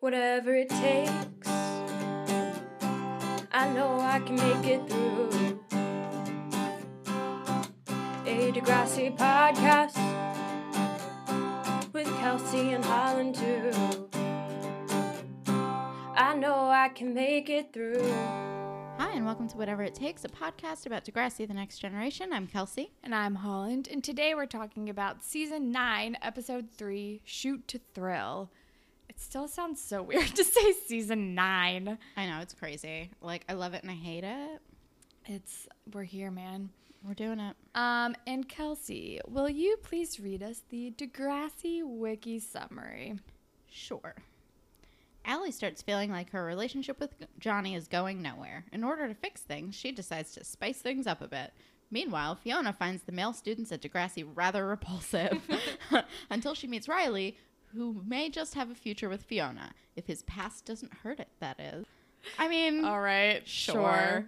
whatever it takes. I know I can make it through. A Degrassi podcast with Kelsey and Holland too. I know I can make it through. Hi, and welcome to Whatever It Takes, a podcast about Degrassi, the next generation. I'm Kelsey. And I'm Holland, and today we're talking about season nine, episode three, Shoot to Thrill. It still sounds so weird to say season nine. I know, it's crazy. Like, I love it and I hate it. It's, we're here, man. We're doing it. Um, and Kelsey, will you please read us the Degrassi Wiki summary? Sure. Allie starts feeling like her relationship with Johnny is going nowhere. In order to fix things, she decides to spice things up a bit. Meanwhile, Fiona finds the male students at Degrassi rather repulsive until she meets Riley, who may just have a future with Fiona. If his past doesn't hurt it, that is. I mean, right, sure.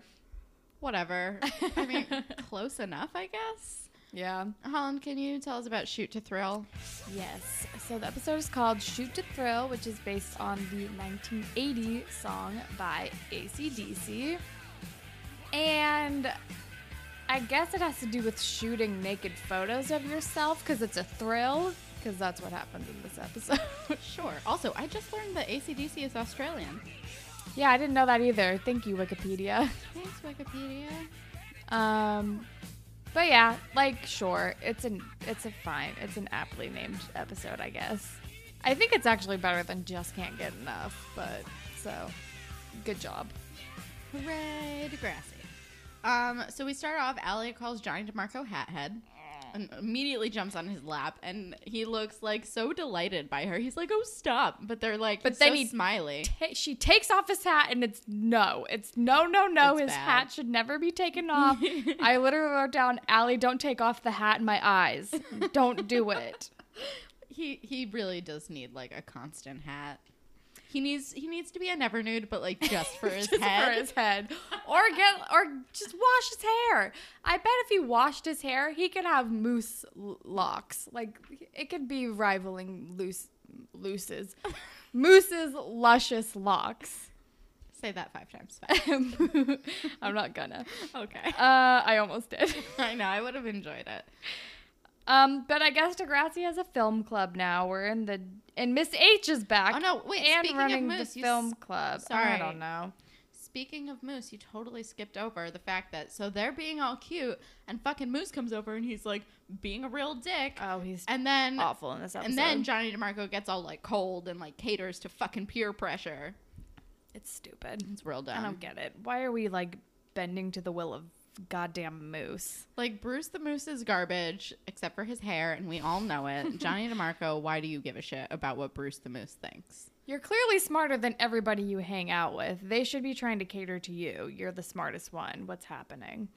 Whatever. I mean, close enough, I guess. Yeah. Holland, can you tell us about Shoot to Thrill? Yes. So the episode is called Shoot to Thrill, which is based on the 1980 song by ACDC. And I guess it has to do with shooting naked photos of yourself because it's a thrill, because that's what happens in this episode. Sure. Also, I just learned that ACDC is Australian. yeah, I didn't know that either. Thank you, Wikipedia. Thanks, Wikipedia. Um, but yeah, like sure, it's an it's a fine, it's an aptly named episode, I guess. I think it's actually better than just can't get enough, but so good job. Hooray, Degrassi. Um, so we start off, Allie calls Johnny DeMarco Hathead and immediately jumps on his lap and he looks like so delighted by her. He's like, Oh stop. But they're like But he's then so he- smiley. Ta- she takes off his hat and it's no, it's no, no, no. It's his bad. hat should never be taken off. I literally wrote down, Allie, don't take off the hat in my eyes. Don't do it. He he really does need like a constant hat. He needs he needs to be a never nude, but like just for his Just head. for his head, or get, or just wash his hair. I bet if he washed his hair, he could have moose l- locks. Like it could be rivaling loose, looses, moose's luscious locks. Say that five times fast. I'm not gonna. okay. Uh, I almost did. I know, I would have enjoyed it. Um, but I guess Degrassi has a film club now. We're in the and Miss H is back. Oh, no, wait, and speaking of running Moose, the you film s- club. sorry. I don't know. Speaking of Moose, you totally skipped over the fact that so they're being all cute and fucking Moose comes over and he's like being a real dick. Oh, he's and then awful in this episode. and then Johnny DeMarco gets all like cold and like caters to fucking peer pressure. it's stupid. It's real dumb. I don't get it. Why are we like bending to the will of goddamn moose? Like Bruce the Moose is garbage except for his hair and we all know it. Johnny DeMarco, why do you give a shit about what Bruce the Moose thinks? You're clearly smarter than everybody you hang out with. They should be trying to cater to you. You're the smartest one. What's happening?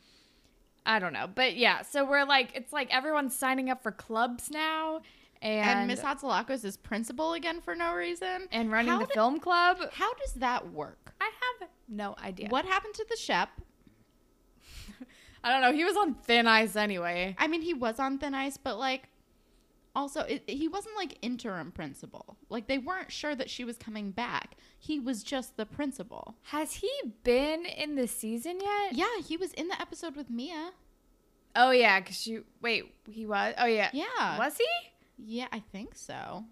I don't know. But yeah, so we're like it's like everyone's signing up for clubs now and And, Miss Hatsalakos is principal again for no reason. and running how the did- film club. How does that work? I have no idea. What happened to the Shep? I don't know. He was on thin ice anyway. I mean, he was on thin ice, but like, also, it, he wasn't like interim principal. Like, they weren't sure that she was coming back. He was just the principal. Has he been in the season yet? Yeah, he was in the episode with Mia. Oh yeah, cause you wait. He was. Oh yeah. Yeah. Was he? Yeah, I think so.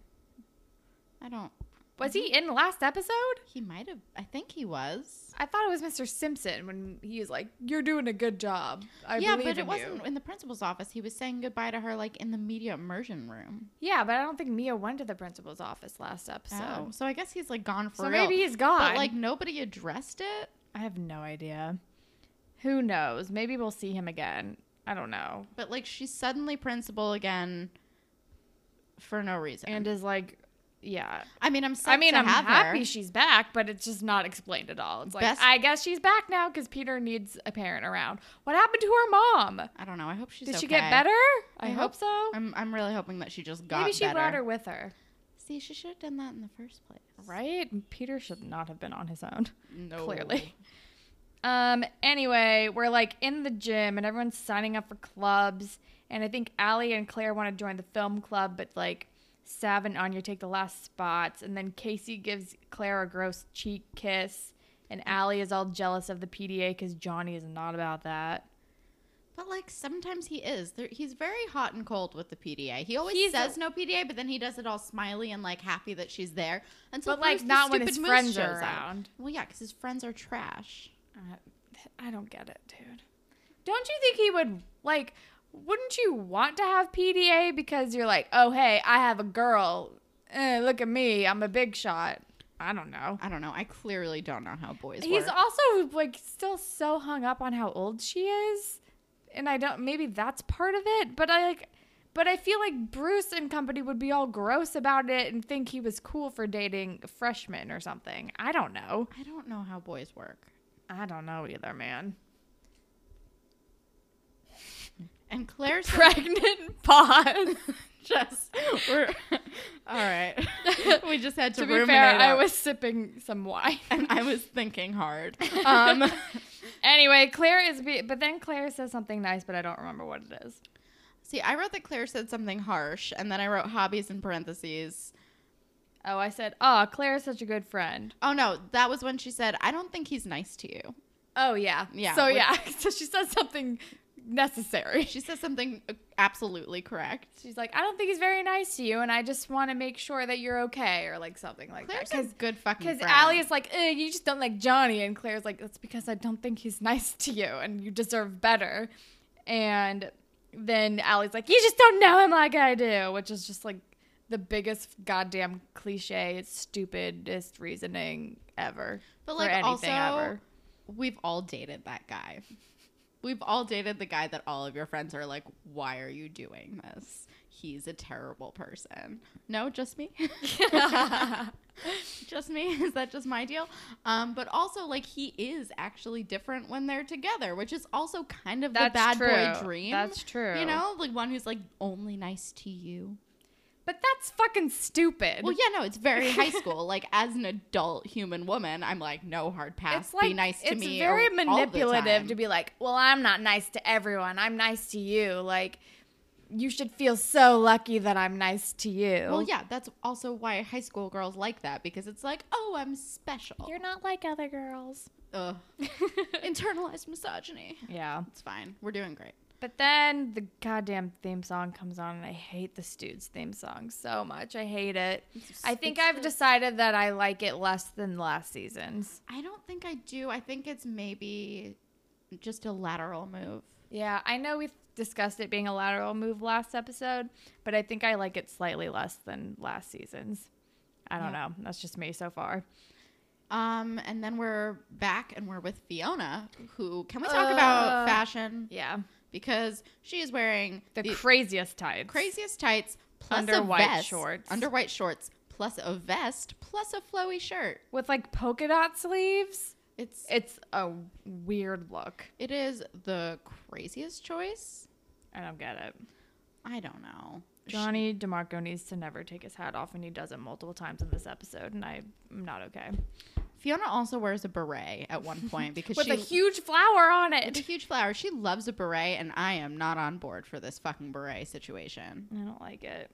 I don't. Was he in last episode? He might have. I think he was. I thought it was Mr. Simpson when he was like, "You're doing a good job." I yeah, believe but it in wasn't You. in the principal's office. He was saying goodbye to her, like, in the media immersion room. Yeah, but I don't think Mia went to the principal's office last So, episode. so I guess he's, like, gone for Oh. So real. maybe he's gone. But, like, nobody addressed it. I have no idea. Who knows? Maybe we'll see him again. I don't know. But, like, she's suddenly principal again for no reason. And is like, yeah. I mean, I'm. I mean, I'm happy Her. she's back, but it's just not explained at all. It's like, Best- I guess she's back now because Peter needs a parent around. What happened to her mom? I don't know. I hope she's. Did she okay. get better? I, I hope, hope- so. I'm. I'm really hoping that she just got. Maybe she better. brought her with her. See, she should have done that in the first place. Right? Peter should not have been on his own. No. Clearly. Um, anyway, we're like in the gym and everyone's signing up for clubs. And I think Allie and Claire want to join the film club, but like Sav and Anya take the last spots, and then Casey gives Claire a gross cheek kiss, and Allie is all jealous of the PDA because Johnny is not about that. But like sometimes he is. There, he's very hot and cold with the PDA. He always He's says a- no PDA, but then he does it all smiley and like happy that she's there. Until But, like, Bruce the not when stupid his moose friends shows are up. around. Well, yeah, because his friends are trash. Uh, I don't get it, dude. Don't you think he would like? Wouldn't you want to have PDA because you're like, oh hey, I have a girl. Eh, look at me, I'm a big shot. I don't know. I don't know. I clearly don't know how boys He's work. also like still so hung up on how old she is, and I don't. Maybe that's part of it. But I like, but I feel like Bruce and company would be all gross about it and think he was cool for dating freshmen or something. I don't know. I don't know how boys work. I don't know either, man. And Claire's the- Pregnant pause. just we're all right. we just had to, to be ruminate fair, I out. was sipping some wine. and I was thinking hard. Um, anyway, Claire is, be- but then Claire says something nice, but I don't remember what it is. see, I wrote that Claire said something harsh, and then I wrote hobbies in parentheses. Oh, I said, "Oh, Claire is such a good friend." Oh no, that was when she said, "I don't think he's nice to you." Oh yeah, Yeah, So which- yeah, so she says something necessary. She says something uh, absolutely correct. She's like, "I don't think he's very nice to you, and I just want to make sure that you're okay," or like something like Claire's a that. good fucking Because friend. Allie is like, "Ugh, "You just don't like Johnny," and Claire's like, "That's because I don't think he's nice to you, and you deserve better." And then Allie's like, "You just don't know him like I do," which is just like the biggest goddamn cliche, stupidest reasoning ever. But, for like, anything also- ever. We've all dated that guy. We've all dated the guy that all of your friends are like, "Why are you doing this? He's a terrible person." No, just me. just me is that just my deal um but also like he is actually different when they're together which is also kind of the That's bad boy true. dream That's true. you know like one who's like only nice to you But that's fucking stupid. well yeah no it's very high school like as an adult human woman i'm like no hard pass It's like be nice to it's me very or- all the manipulative time. to be like, well, I'm not nice to everyone. I'm nice to you. Like, you should feel so lucky that I'm nice to you. well yeah that's also why high school girls like that because it's like oh i'm special You're not like other girls. Ugh. internalized misogyny Yeah. it's fine we're doing great But then the goddamn theme song comes on, and I hate the Stooges theme song so much. I hate it. I think it's I've the- decided that I like it less than last season's. I don't think I do. I think it's maybe just a lateral move. Yeah, I know we discussed it being a lateral move last episode, but I think I like it slightly less than last season's. I don't know. That's just me so far. Um, and then we're back and we're with Fiona, who can we talk about Uh, fashion Yeah. because she is wearing The, craziest tights. craziest tights plus Under a white vest, shorts. under white shorts plus a vest plus a flowy shirt. With like polka dot sleeves. It's It's a weird look. it is the craziest choice. I don't get it. I don't know. She- Johnny DeMarco needs to never take his hat off, and he does it multiple times in this episode, and I'm not okay. Fiona also wears a beret at one point because With she a huge flower on It's a it. huge flower. She loves a beret, and I am not on board for this fucking beret situation. I don't like it.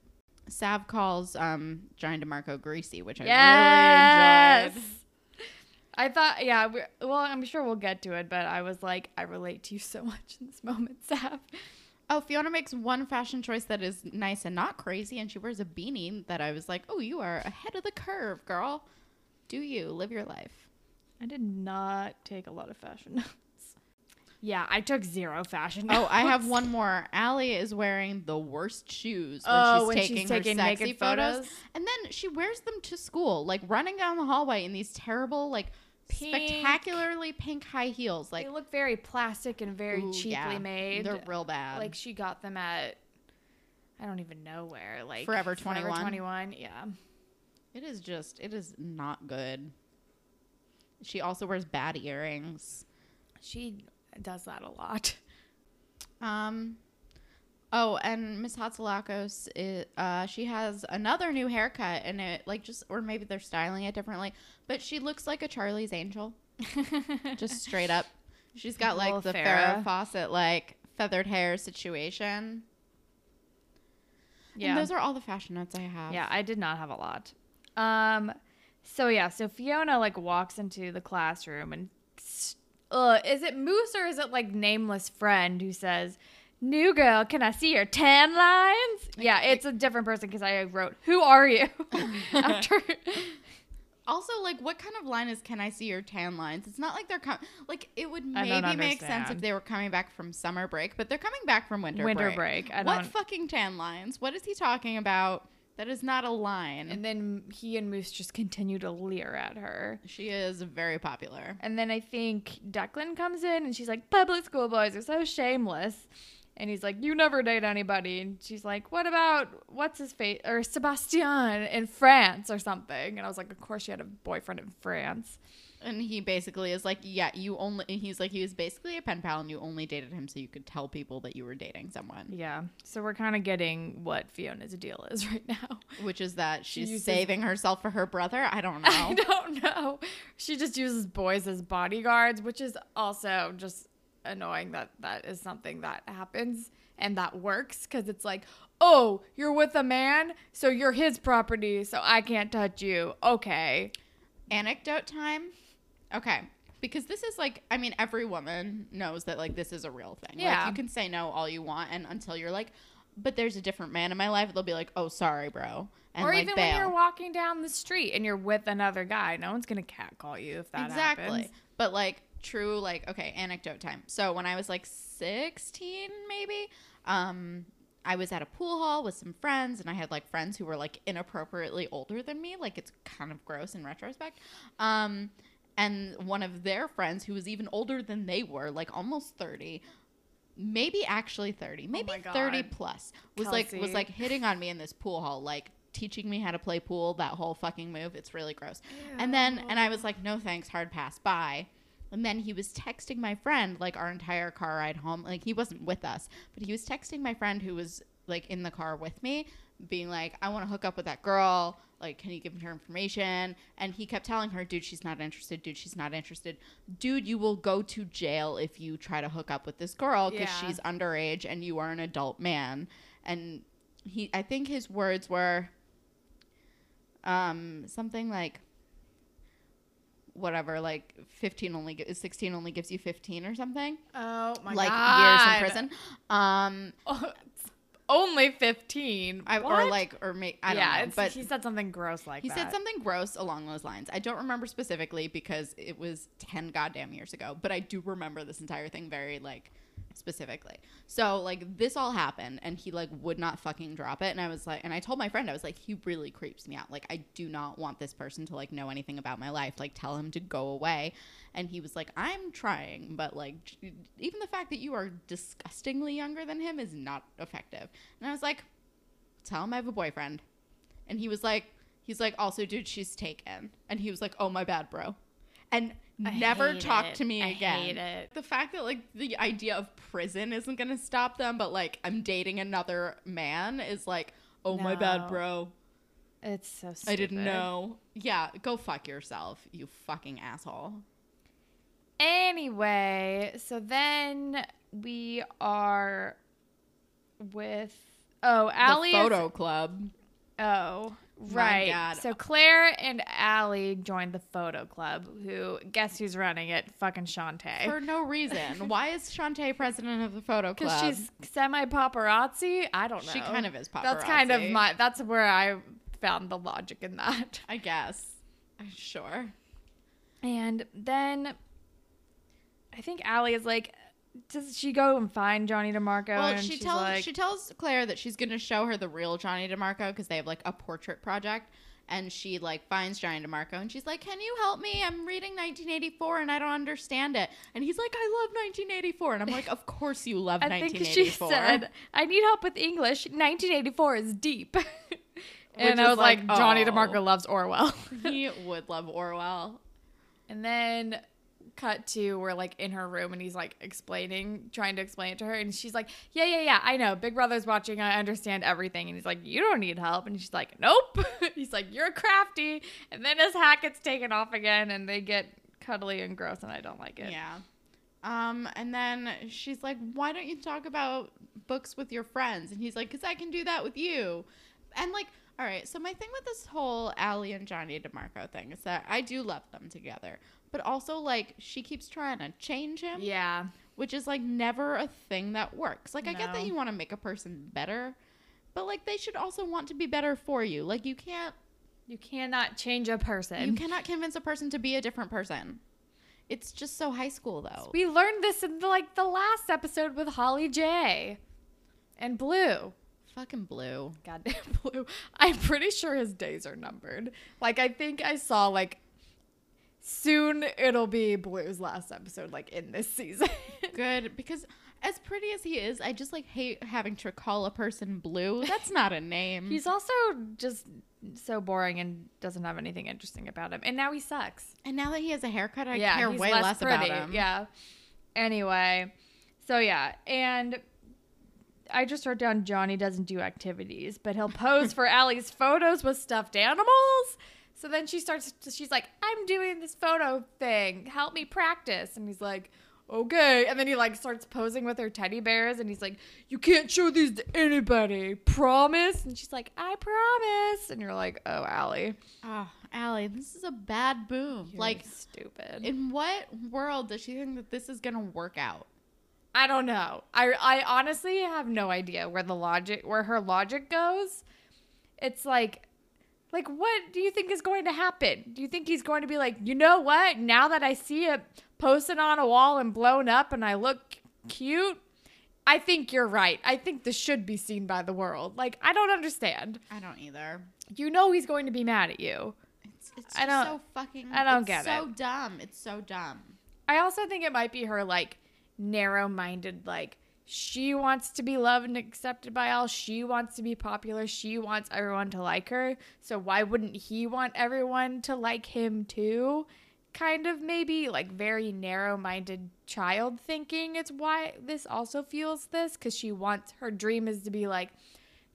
Sav calls um, Johnny DeMarco greasy, which I really enjoyed. I thought, yeah, we well, I'm sure we'll get to it, but I was like, I relate to you so much in this moment, Sav. Oh, Fiona makes one fashion choice that is nice and not crazy, and she wears a beanie that I was like, oh, you are ahead of the curve, girl. Do you live your life? I did not take a lot of fashion notes. Yeah, I took zero fashion Oh, I have notes. one more. Allie is wearing the worst shoes when Oh, she's when she's taking her taking sexy naked photos. photos? and then she wears them to school, like running down the hallway in these terrible, like Pink. spectacularly pink high heels. Like they look very plastic and very ooh, cheaply yeah, made. They're real bad. like she got them at, I don't even know where. Like Forever 21? 21, yeah. it is just, it is not good. She also wears bad earrings. She does that a lot. Um. Oh, and Miss Hatzilakos, is, uh, she has another new haircut, and it like just, or maybe they're styling it differently, but she looks like a Charlie's Angel, just straight up. She's got like Little the Farrah Farrah. Fawcett like feathered hair situation. Yeah. And those are all the fashion notes I have. Yeah, I did not have a lot. Um, so yeah, so Fiona like walks into the classroom and, s- uh, is it Moose or is it like nameless friend who says, "New girl, can I see your tan lines?" yeah, it's a different person because I wrote, "Who are you?" After Also, like, what kind of line is "Can I see your tan lines"? It's not like they're coming. Like, it would I don't maybe make sense if understand. they were coming back from summer break, but they're coming back from winter winter break. break, I what don't. fucking tan lines? What is he talking about? That is not a line. and then he and Moose just continue to leer at her. she is very popular. And then I think Declan comes in and she's like, public school boys are so shameless. And he's like, you never date anybody. And she's like, what about, what's his face? Or Sebastian in France or something. And I was like, of course she had a boyfriend in France. And he basically is like, yeah, you only. and He's like, he was basically a pen pal, and you only dated him so you could tell people that you were dating someone, Yeah. So we're kind of getting what Fiona's deal is right now. which is that she's uses- saving herself for her brother. I don't know. I don't know. She just uses boys as bodyguards, which is also just annoying that that is something that happens and that works because it's like, oh, you're with a man, so you're his property, so I can't touch you. Okay. anecdote time okay because this is like i mean every woman knows that like this is a real thing Yeah. like you can say no all you want and until you're like but there's a different man in my life they'll be like oh sorry bro and or like even when bail you're walking down the street and you're with another guy, no one's gonna catcall you if that exactly happens. but like true like okay anecdote time so when i was like 16 maybe um i was at a pool hall with some friends and i had like friends who were like inappropriately older than me like it's kind of gross in retrospect um and one of their friends who was even older than they were like almost 30 maybe actually 30 maybe Oh my God. 30 plus was like was Kelsey. like hitting on me in this pool hall like teaching me how to play pool that whole fucking move it's really gross and then and i was like no thanks hard pass bye and then he was texting my friend like our entire car ride home like he wasn't with us but he was texting my friend who was like in the car with me being like i want to hook up with that girl like can you give me her information and he kept telling her dude she's not interested dude she's not interested dude you will go to jail if you try to hook up with this girl because Yeah. she's underage and you are an adult man and he i think his words were um something like whatever like 15 only gi- 16 only gives you 15 or something Oh my like years in prison um prison. Only fifteen. I, or What? like or make i don't yeah, know it's, but he said something gross like he that. said something gross along those lines. I don't remember specifically because it was 10 goddamn years ago, but I do remember this entire thing very like specifically. So like this all happened and he like would not fucking drop it and I was like and I told my friend I was like he really creeps me out. Like I do not want this person to like know anything about my life. Like tell him to go away. And he was like I'm trying, but like j- even the fact that you are disgustingly younger than him is not effective. And I was like tell him I have a boyfriend. And he was like, he's like, also, dude, she's taken. And he was like, oh, my bad, bro. And I never hate talked it. to me I again. hate it. The fact that, like, the idea of prison isn't going to stop them, but, like, I'm dating another man is like, oh, my No. bad, bro. It's so. Stupid. I didn't know. Yeah, go fuck yourself, you fucking asshole. Anyway, so then we are with oh Allie. the is- photo club. oh right. God. So Claire and Allie joined the photo club. Who guess who's running it? Fucking Shantae. For no reason. Why is Shantae president of the photo club? Because she's semi paparazzi. I don't know. She kind of is That's kind of paparazzi. my. That's where I found the logic in that. I guess. Sure. And then I think Allie is like, does she go and find Johnny DeMarco? Well, and she she's tells like, she tells Claire that she's going to show her the real Johnny DeMarco because they have like a portrait project, and she like finds Johnny DeMarco and she's like, "Can you help me? I'm reading 1984 and I don't understand it." And he's like, "I love 1984," and I'm like, "Of course you love I think she 1984." said, I need help with English. 1984 is deep. and is I was like, like, Johnny oh. DeMarco loves Orwell. he would love Orwell. and then cut to we're like in her room and he's like explaining, trying to explain it to her. And she's like, yeah, yeah, yeah, I know. Big Brother's watching. I understand everything. And he's like, you don't need help. And she's like, nope. he's like, you're crafty. And then his hat gets taken off again and they get cuddly and gross and I don't like it. Yeah. Um, and then she's like, "Why don't you talk about books with your friends. And he's like, because I can do that with you. And like, all right, so my thing with this whole Allie and Johnny DeMarco thing is that I do love them together. But also, like, she keeps trying to change him Yeah. which is like never a thing that works. Like I get No. that you want to make a person better, but like they should also want to be better for you. Like you can't You cannot change a person. you cannot convince a person to be a different person. It's just so high school though. We learned this in the, like the last episode with Holly J. And Blue. Fucking blue. Goddamn Blue. I'm pretty sure his days are numbered. Like I think I saw like soon it'll be Blue's last episode like in this season. Good because as pretty as he is, I just like hate having to call a person blue. That's not a name. He's also just so boring and doesn't have anything interesting about him. And now he sucks. and now that he has a haircut, I care way less, about him. Yeah. Anyway, so yeah, and I just wrote down Johnny doesn't do activities, but he'll pose for Allie's photos with stuffed animals. So then she starts. She's like, "I'm doing this photo thing. Help me practice." And he's like, "Okay." And then he like starts posing with her teddy bears, and he's like, "You can't show these to anybody. Promise." And she's like, "I promise." And you're like, "Oh, Allie, Oh, Allie, this is a bad boom. you're like stupid." in what world does she think that this is gonna work out? I don't know. I I honestly have no idea where the logic where her logic goes. It's like like what do you think is going to happen? Do you think he's going to be like, "You know what? Now that I see it posted on a wall and blown up and I look cute, I think you're right. I think this should be seen by the world." Like, I don't understand. I don't either. You know he's going to be mad at you. It's, it's I just don't- so fucking. I don't it's get so dumb. It's so dumb. I also think it might be her like narrow minded, like she wants to be loved and accepted by all. She wants to be popular. She wants everyone to like her. So why wouldn't he want everyone to like him too? Kind of maybe like very narrow minded child thinking. It's why this also feels this because she wants her dream is to be like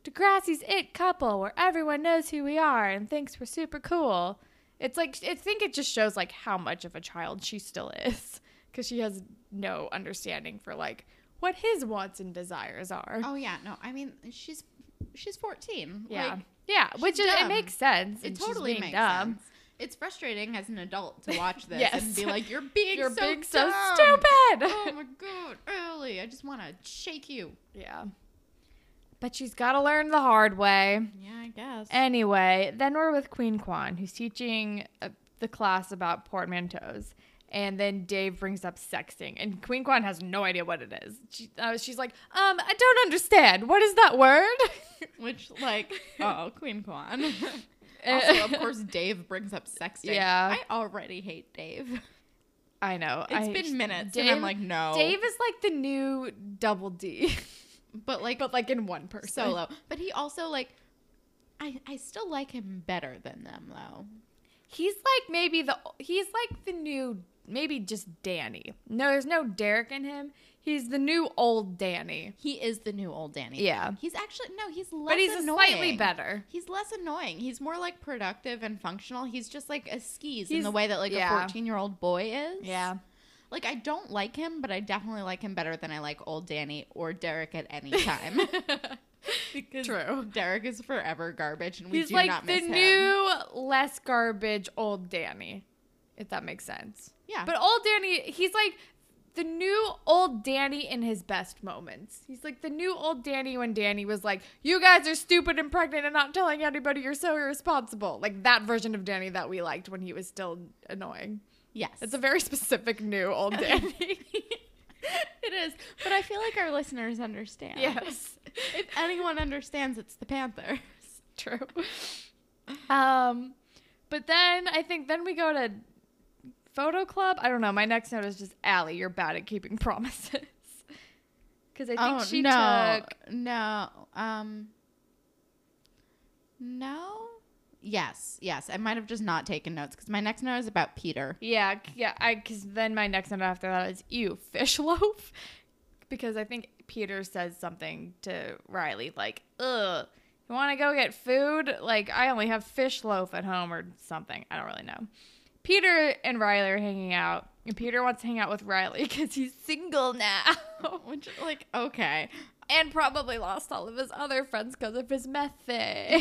Degrassi's it couple where everyone knows who we are and thinks we're super cool. It's like I think it just shows like how much of a child she still is because she has no understanding for like what his wants and desires are. Oh yeah, no. I mean, she's she's fourteen. yeah, Like, yeah, which is, it dumb. makes sense. it and she's totally being makes dumb. sense. It's frustrating as an adult to watch this Yes. and be like, "You're being You're so being so dumb. stupid. oh my god, Ellie! I just want to shake you. yeah, but she's got to learn the hard way. Yeah, I guess. Anyway, then we're with Queen Kwan, who's teaching uh, the class about portmanteaus. And then Dave brings up sexting, and Queen Kwan has no idea what it is. She, uh, she's like, um, I don't understand. What is that word? Which, like, oh, Queen Kwan. also, of course, Dave brings up sexting. Yeah. I already hate Dave. I know. It's It's been minutes, and I'm like, no. Dave is like the new double D, But like, but like in one person. solo. But he also like I I still like him better than them though. He's like maybe the he's like the new maybe just Danny. No, there's no Derek in him. He's the new old Danny, He is the new old Danny. Yeah. He's actually no, he's less but he's annoying. slightly better. He's less annoying. He's more like productive and functional. He's just like a skis in He's- the way that like yeah. a 14-year-old boy is. Like I don't like him, but I definitely like him better than I like old Danny or Derek at any time. because True. Derek is forever garbage and we He's do like not the miss him. new less garbage old Danny, if that makes sense. Yeah. But old Danny, he's like the new old Danny in his best moments. He's like the new old Danny when Danny was like, "You guys are stupid and pregnant and not telling anybody you're so irresponsible." Like that version of Danny that we liked when he was still annoying. yes. It's a very specific new old Danny. it is. But I feel like our listeners understand. yes. If anyone understands, it's the Panthers. True. Um, but then I think then we go to photo club. I don't know. My next note is just Allie, you're bad at keeping promises. Because I think she Oh, no, took. no, um, no. Yes, yes. I might have just not taken notes because my next note is about Peter. Yeah, c- yeah. I because then my next note after that is you fish loaf, because I think Peter says something to Riley like, "Ugh, you want to go get food? Like I only have fish loaf at home or something. I don't really know." Peter and Riley are hanging out, and Peter wants to hang out with Riley because he's single now. Which, like, okay, and probably lost all of his other friends because of his meth thing.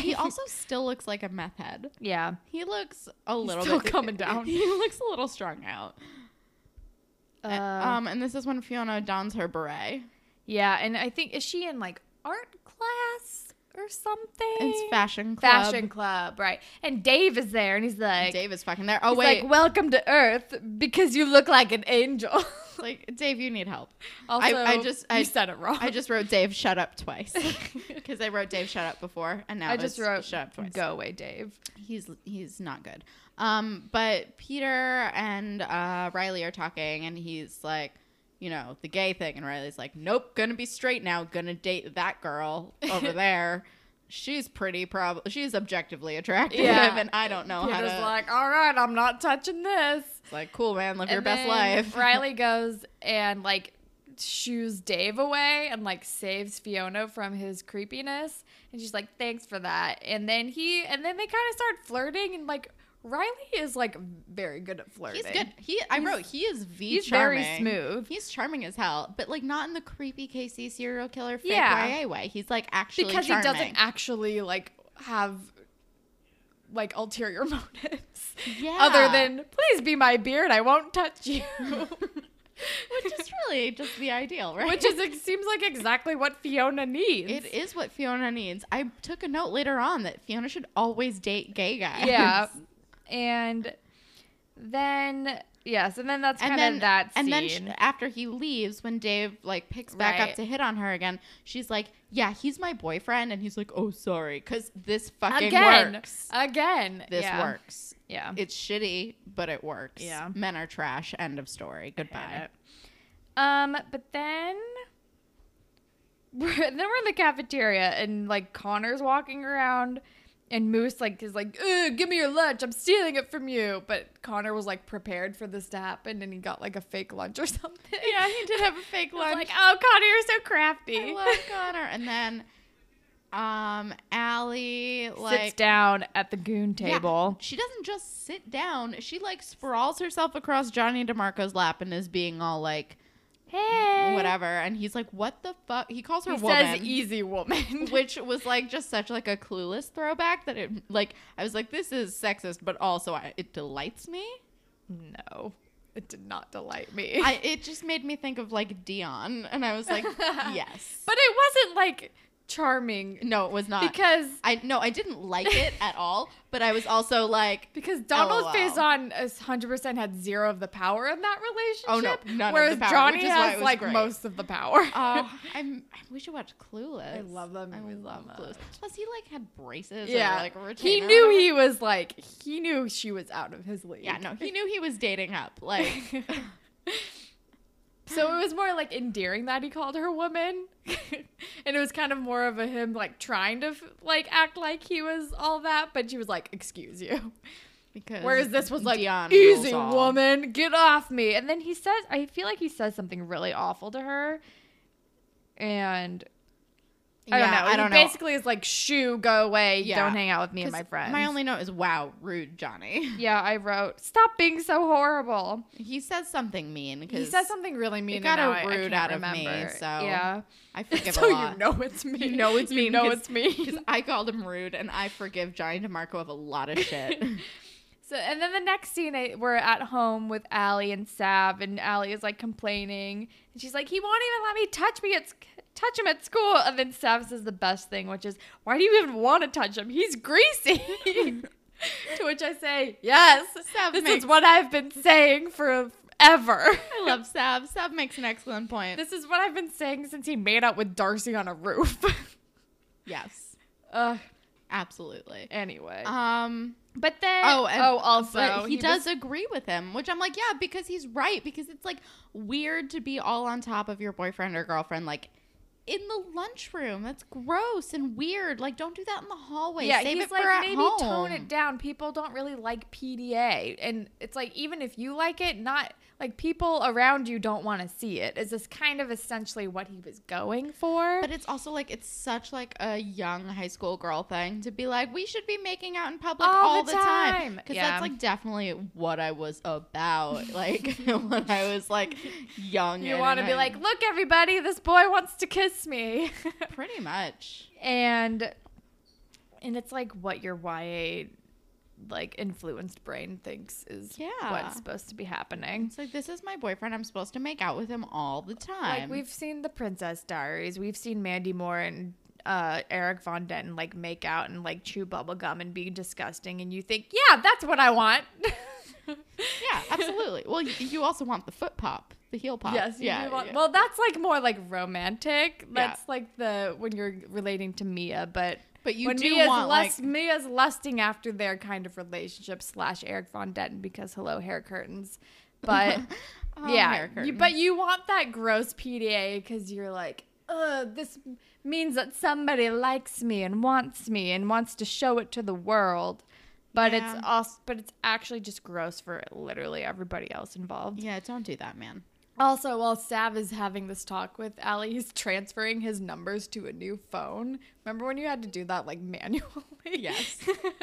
He also still looks like a meth head. yeah. He looks a little still bit coming down. He looks a little strung out. Uh, um, and this is when Fiona dons her beret. yeah, and I think is she in like art class or something? It's fashion club. fashion club, right? And Dave is there, and he's like, Dave is fucking there. Oh he's wait, like, welcome to Earth because you look like an angel. like Dave, you need help. also, I just- I- you said it wrong. I just wrote Dave shut up twice because I wrote Dave shut up before, and now I just it's wrote shut up twice. Go away, Dave. He's he's not good. Um, but Peter and uh, Riley are talking, and he's like, you know, the gay thing, and Riley's like, nope, gonna be straight now, gonna date that girl over there. She's pretty, probably. She's objectively attractive, Yeah. and I don't know how Peter's to. like, all right, I'm not touching this. It's like, cool, man, live your And best then life. Riley goes and like shoos Dave away and like saves Fiona from his creepiness. And she's like, thanks for that. And then he and then they kind of start flirting and like Riley is like very good at flirting. He's good. He, I wrote, he is v He's charming. very smooth. He's charming as hell, but like not in the creepy KC serial killer fake Yeah. YA way. He's like actually Because he charming. doesn't actually like have like ulterior motives. Yeah. Other than please be my beard, I won't touch you. which is really just the ideal, right? Which is it seems like exactly what Fiona needs. it is what Fiona needs. I took a note later on that Fiona should always date gay guys. Yeah. And then yes, and then that's And kind then of that scene. and then sh- after he leaves, when Dave like picks back Right. up to hit on her again, she's like, "Yeah, he's my boyfriend," and he's like, "Oh, sorry," because this fucking again, works. again, This yeah. works. Yeah. It's shitty, but it works. Yeah. Men are trash. End of story. Goodbye. Um, but then we're, then we're in the cafeteria and like Connor's walking around and Moose like is like, Ugh, give me your lunch, I'm stealing it from you. But Connor was like prepared for this to happen and he got like a fake lunch or something. Yeah, he did have a fake I was lunch. Like, oh Connor, you're so crafty. I love Connor. And then um Allie like sits down at the goon Yeah, table. she doesn't just sit down. She like sprawls herself across Johnny DeMarco's lap and is being all like Hey, whatever. And he's like, What the fuck? He calls her He woman. says easy woman. which was like just such like a clueless throwback that it like I was like this is sexist but also I, it delights me. no, it did not delight me. I it just made me think of like Dion and I was like yes. but it wasn't like charming No, it was not. because I no, I didn't like it at all, but I was also like because Donald LOL. Faison is hundred percent had zero of the power in that relationship. Oh, no, none of the whereas power, Johnny which is why it has was like great. most of the power. Oh, I'm, I wish I watched Clueless. I love that movie so much. Plus, he like had braces. Yeah, yeah, like a he retainer or knew whatever. he was like he knew she was out of his league. Yeah, no, he knew he was dating up. Like, So it was more like endearing that he called her woman. and it was kind of more of a him like trying to f- like act like he was all that, but she was like, "Excuse you." because Whereas this was like, Dion rules "Easy, all. woman, get off me." And then he says, I feel like he says something really awful to her. And I Yeah, don't know. I don't he know. basically is like, "Shoo, go away. Yeah. Don't hang out with me and my 'Cause friends." My only note is wow, rude, Johnny. Yeah, I wrote, "Stop being so horrible." He says something mean because He says something really mean. it got and now a I- I rude out can't of me, remember. so- yeah, I forgive so a lot. you know it's me. You know it's You mean know 'cause- it's me. 'Cause I called him rude, and I forgive Johnny DeMarco of a lot of shit. So, and then the next scene, I, we're at home with Allie and Sav, and Allie is like complaining, and she's like, "He won't even let me touch me at sc- touch him at school." And then Sav says the best thing, which is, "Why do you even want to touch him? He's greasy." to which I say, "Yes, Sav this makes- is what I've been saying for ever." I love Sab. Sab makes an excellent point. This is what I've been saying since he made out with Darcy on a roof. yes, uh, absolutely. anyway. Um. But then, Oh, and, oh, also but he, was- does agree with him, which I'm like, yeah, because he's right. Because it's like weird to be all on top of your boyfriend or girlfriend, like in the lunchroom. That's gross and weird. Like, don't do that in the hallway. yeah, Save he's it like for at maybe home. tone it down. People don't really like PDA, and it's like even if you like it, not like people around you don't want to see it. Is this kind of essentially what he was going for? But it's also like it's such like a young high school girl thing to be like, we should be making out in public all, the, time time. because Yeah. that's like definitely what I was about. Like when I was like young, you and want to in be high- like, look, everybody, this boy wants to kiss kiss me. Pretty much. and and it's like what your YA like influenced brain thinks is Yeah. what's supposed to be happening. It's like this is my boyfriend. I'm supposed to make out with him all the time. Like we've seen the Princess Diaries, we've seen Mandy Moore and uh, Eric Von Denton like make out and like chew bubble gum and be disgusting, and you think, yeah, that's what I want. yeah, absolutely. well, you, you also want the foot pop, the heel pop. Yes, you yeah, do want- yeah. Well, that's like more like romantic. Yeah. That's like the when you're relating to Mia, but But you when do Mia's want, lust, like- Mia's lusting after their kind of relationship slash Eric Von Detten because hello hair curtains, but Oh, yeah, hair you- but you want that gross PDA because you're like, ugh, this means that somebody likes me and wants me and wants to show it to the world. But Yeah. it's also, but it's actually just gross for literally everybody else involved. yeah, don't do that, man. Also, while Sav is having this talk with Ali, he's transferring his numbers to a new phone. Remember when you had to do that like manually? Yes.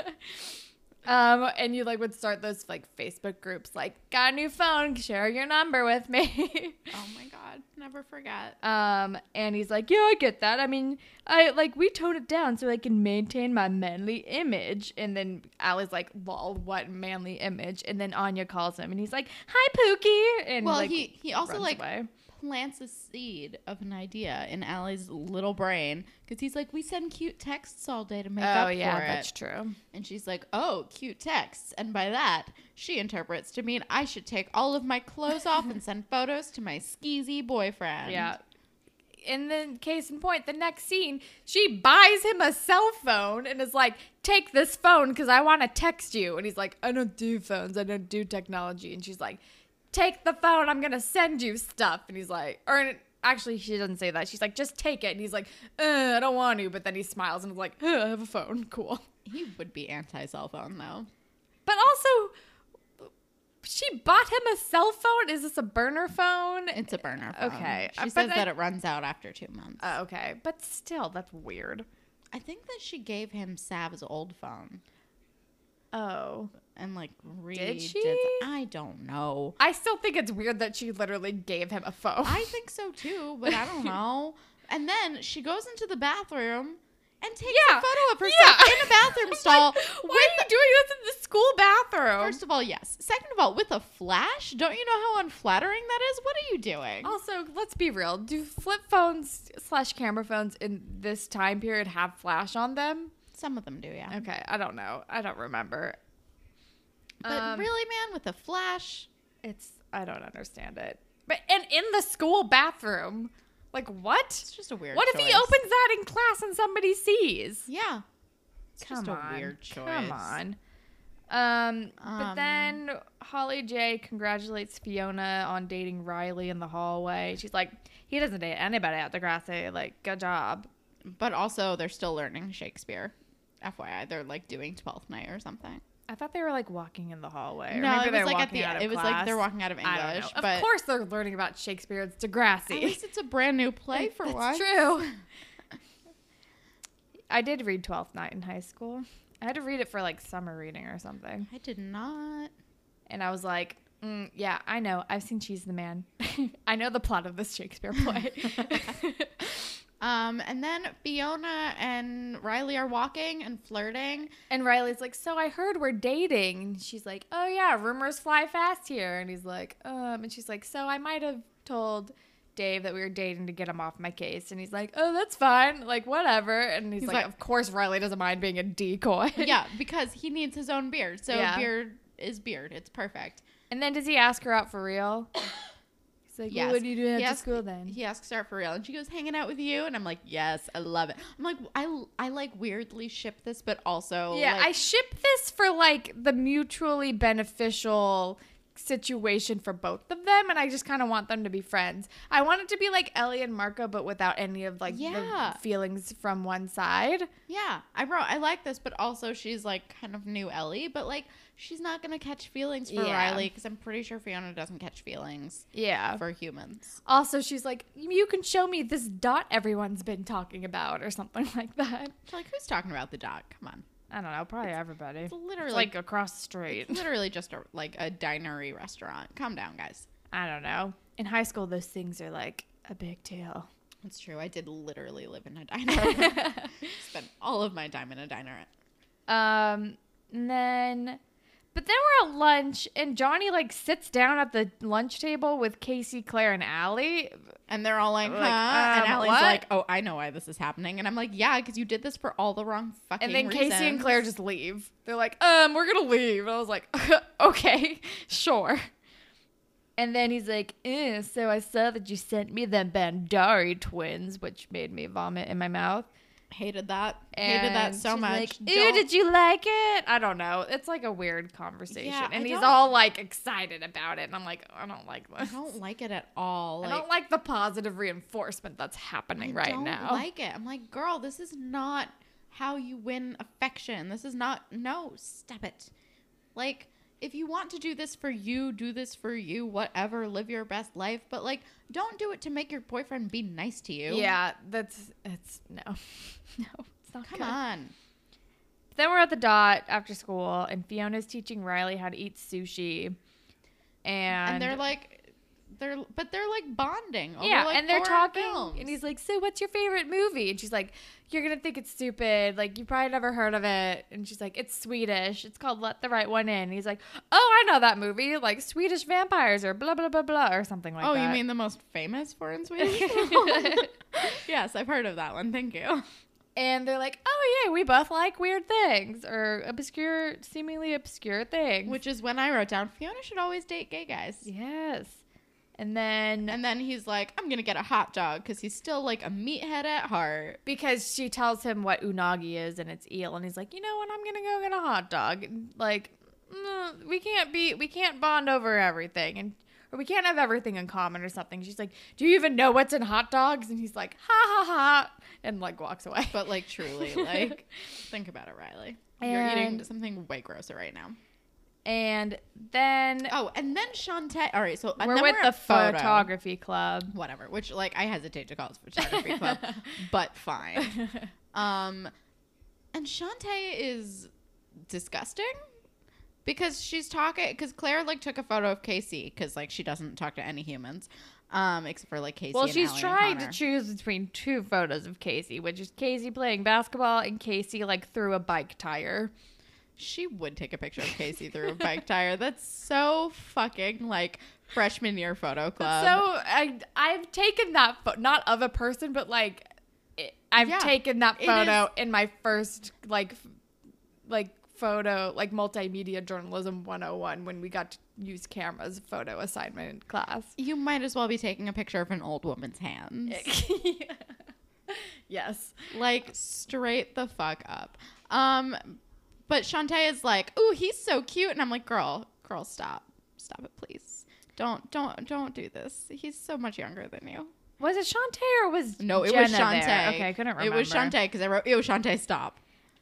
um, and you like would start those like Facebook groups, like got a new phone, share your number with me. Oh my god, never forget. um, and he's like, yeah, I get that. I mean, I like we toned it down so I can maintain my manly image. And then Ali's like, lol, what manly image? And then Anya calls him, and he's like, hi, Pookie. And Well, like, he he also runs like away. plants a seed of an idea in Allie's little brain because he's like, we send cute texts all day to make up oh yeah, for that's it, true. and she's like, oh, cute texts, and by that she interprets to mean I should take all of my clothes off and send photos to my skeezy boyfriend. Yeah. In the case in point, the next scene, she buys him a cell phone and is like, "Take this phone because I want to text you." And he's like, "I don't do phones. I don't do technology." And she's like, "Take the phone. I'm gonna send you stuff." And he's like, "Or actually, she doesn't say that. She's like, just take it." And he's like, uh, "I don't want to." But then he smiles and is like, uh, "I have a phone. Cool." he would be anti cell phone though. But also. She bought him a cell phone. Is this a burner phone? It's a burner phone. Okay, uh, she but says I- that it runs out after two months. Uh, okay, but still, that's weird. I think that she gave him Sav's old phone. Oh. and like read she? I don't know. I still think it's weird that she literally gave him a phone. I think so too, but I don't know. And then she goes into the bathroom and takes Yeah, a photo of herself yeah. in a bathroom stall. Why are you doing this in the school bathroom? First of all, yes. Second of all, with a flash, don't you know how unflattering that is? What are you doing? also, let's be real. Do flip phones slash camera phones in this time period have flash on them? Some of them do, yeah. Okay, I don't know. I don't remember. But Um, really, man, with a flash, It's I don't understand it. But and in the school bathroom, like what? it's just a weird. What if he choice. opens that in class and somebody sees? Yeah, it's just a weird choice. Come on. Um, but Um, then Holly J congratulates Fiona on dating Riley in the hallway. She's like, he doesn't date anybody out Degrassi. Like, good job. But also, they're still learning Shakespeare. FYI, they're like doing Twelfth Night or something. I thought they were like walking in the hallway. Or No, maybe it they was were like at walking the out of it was like they're class. walking out of English. I don't know. But of course, they're learning about Shakespeare. It's at Degrassi. least it's a brand new play for That's once. true. I did read Twelfth Night in high school. I had to read it for like summer reading or something. I did not. And I was like, mm, yeah, I know. I've seen She's the Man. I know the plot of this Shakespeare play. Um, and then Fiona and Riley are walking and flirting. and Riley's like, so I heard we're dating. And she's like, oh, yeah, rumors fly fast here. And he's like, um, and she's like, so I might have told Dave that we were dating to get him off my case. And he's like, oh, that's fine. Like, whatever. And he's, He's like, like- of course, Riley doesn't mind being a decoy. yeah, because he needs his own beard. So Yeah. beard is beard. It's perfect. And then does he ask her out for real? He's like, Yes. well, what do you do He after asks- school then? He asks her out for real, and she goes, "Hanging out with you," and I'm like, "Yes, I love it." I'm like, "I, I like weirdly ship this, but also Yeah, like, I ship this for like the mutually beneficial situation for both of them, and I just kind of want them to be friends. I want it to be like Ellie and Marco, but without any of like Yeah. the feelings from one side. Yeah, I wrote I like this, but also she's like kind of new Ellie, but like she's not gonna catch feelings for Riley Yeah. Riley because I'm pretty sure Fiona doesn't catch feelings Yeah. for humans. Also, she's like, you can show me this dot everyone's been talking about, or something like that. She's like, who's talking about the dog? Come on, I don't know, probably everybody. it's literally like, like across the street. literally just a, like a dinery restaurant. Calm down, guys. I don't know. In high school, those things are like a big deal. It's true. I did literally live in a diner. Spent all of my time in a diner. Um, and then, but then we're at lunch, and Johnny like sits down at the lunch table with Casey, Claire, and Allie. And they're all like, huh? Like, and um, Allie's what? like, oh, I know why this is happening. And I'm like, yeah, because you did this for all the wrong fucking And then Casey and reasons." Claire just leave. They're like, um, we're gonna leave. And I was like, okay, sure. And then he's like, eh, so I saw that you sent me the Bandari twins, which made me vomit in my mouth. hated that. hated that And so she's much. Like, Ew, Don't- did you like it? I don't know. It's like a weird conversation. Yeah, and I he's don't- all like excited about it. And I'm like, I don't like this. I don't like it at all. I Like, don't like the positive reinforcement that's I happening right don't now. like it. I'm like, girl, this is not how you win affection. This is not. No, stop it. Like, if you want to do this for you, do this for you. Whatever, live your best life. But like, don't do it to make your boyfriend be nice to you. yeah, that's it's no. No, it's not Come good. on. Then we're at the dot after school and Fiona's teaching Riley how to eat sushi. And, And, they're like, they're but they're like bonding. over, Yeah, like, and they're foreign talking, films. and he's like, "So, what's your favorite movie?" And she's like, "You're gonna think it's stupid. Like, you probably never heard of it." And she's like, "It's Swedish. It's called Let the Right One In." And he's like, "Oh, I know that movie. Like Swedish vampires or blah blah blah blah or something like oh, that." you mean the most famous foreign Swedish? yes, I've heard of that one. Thank you. and they're like, "Oh yeah, we both like weird things or obscure, seemingly obscure things." Which is when I wrote down Fiona should always date gay guys. yes. And then And then he's like, I'm gonna get a hot dog because he's still like a meathead at heart. because she tells him what unagi is and it's eel and he's like you know what i'm gonna go get a hot dog And, like mm, we can't be we can't bond over everything and or we can't have everything in common or something she's like do you even know what's in hot dogs and he's like ha ha ha and like walks away But like truly, like think about it, Riley. You're eating And- something way grosser right now. and then Oh, and then Shantae. All right, so and we're then with at the photo- photography club whatever. Which like I hesitate to call it photography club, but fine. Um, and Shantae is disgusting because she's talking because Claire like took a photo of Casey because like she doesn't talk to any humans, um, except for like Casey. well and she's Allie and trying to Connor. choose between two photos of casey which is casey playing basketball and casey like threw a bike tire She would take a picture of Casey through a bike tire. That's so fucking like freshman year photo club. so I I've taken that photo not of a person but like it, I've Yeah, taken that it photo is- in my first like f- like photo like multimedia journalism 101 when we got to use cameras photo assignment class. you might as well be taking a picture of an old woman's hands. Yes. like straight the fuck up. Um, but Shantae is like, "Ooh, he's so cute," and I'm like, "Girl, girl, stop, stop it, please. Don't, don't, don't do this. He's so much younger than you." Was it Shantae or was No, it was Jenna Shantae. there? Okay, I couldn't remember. It was Shantae because I wrote, "Ew, Shantae, stop."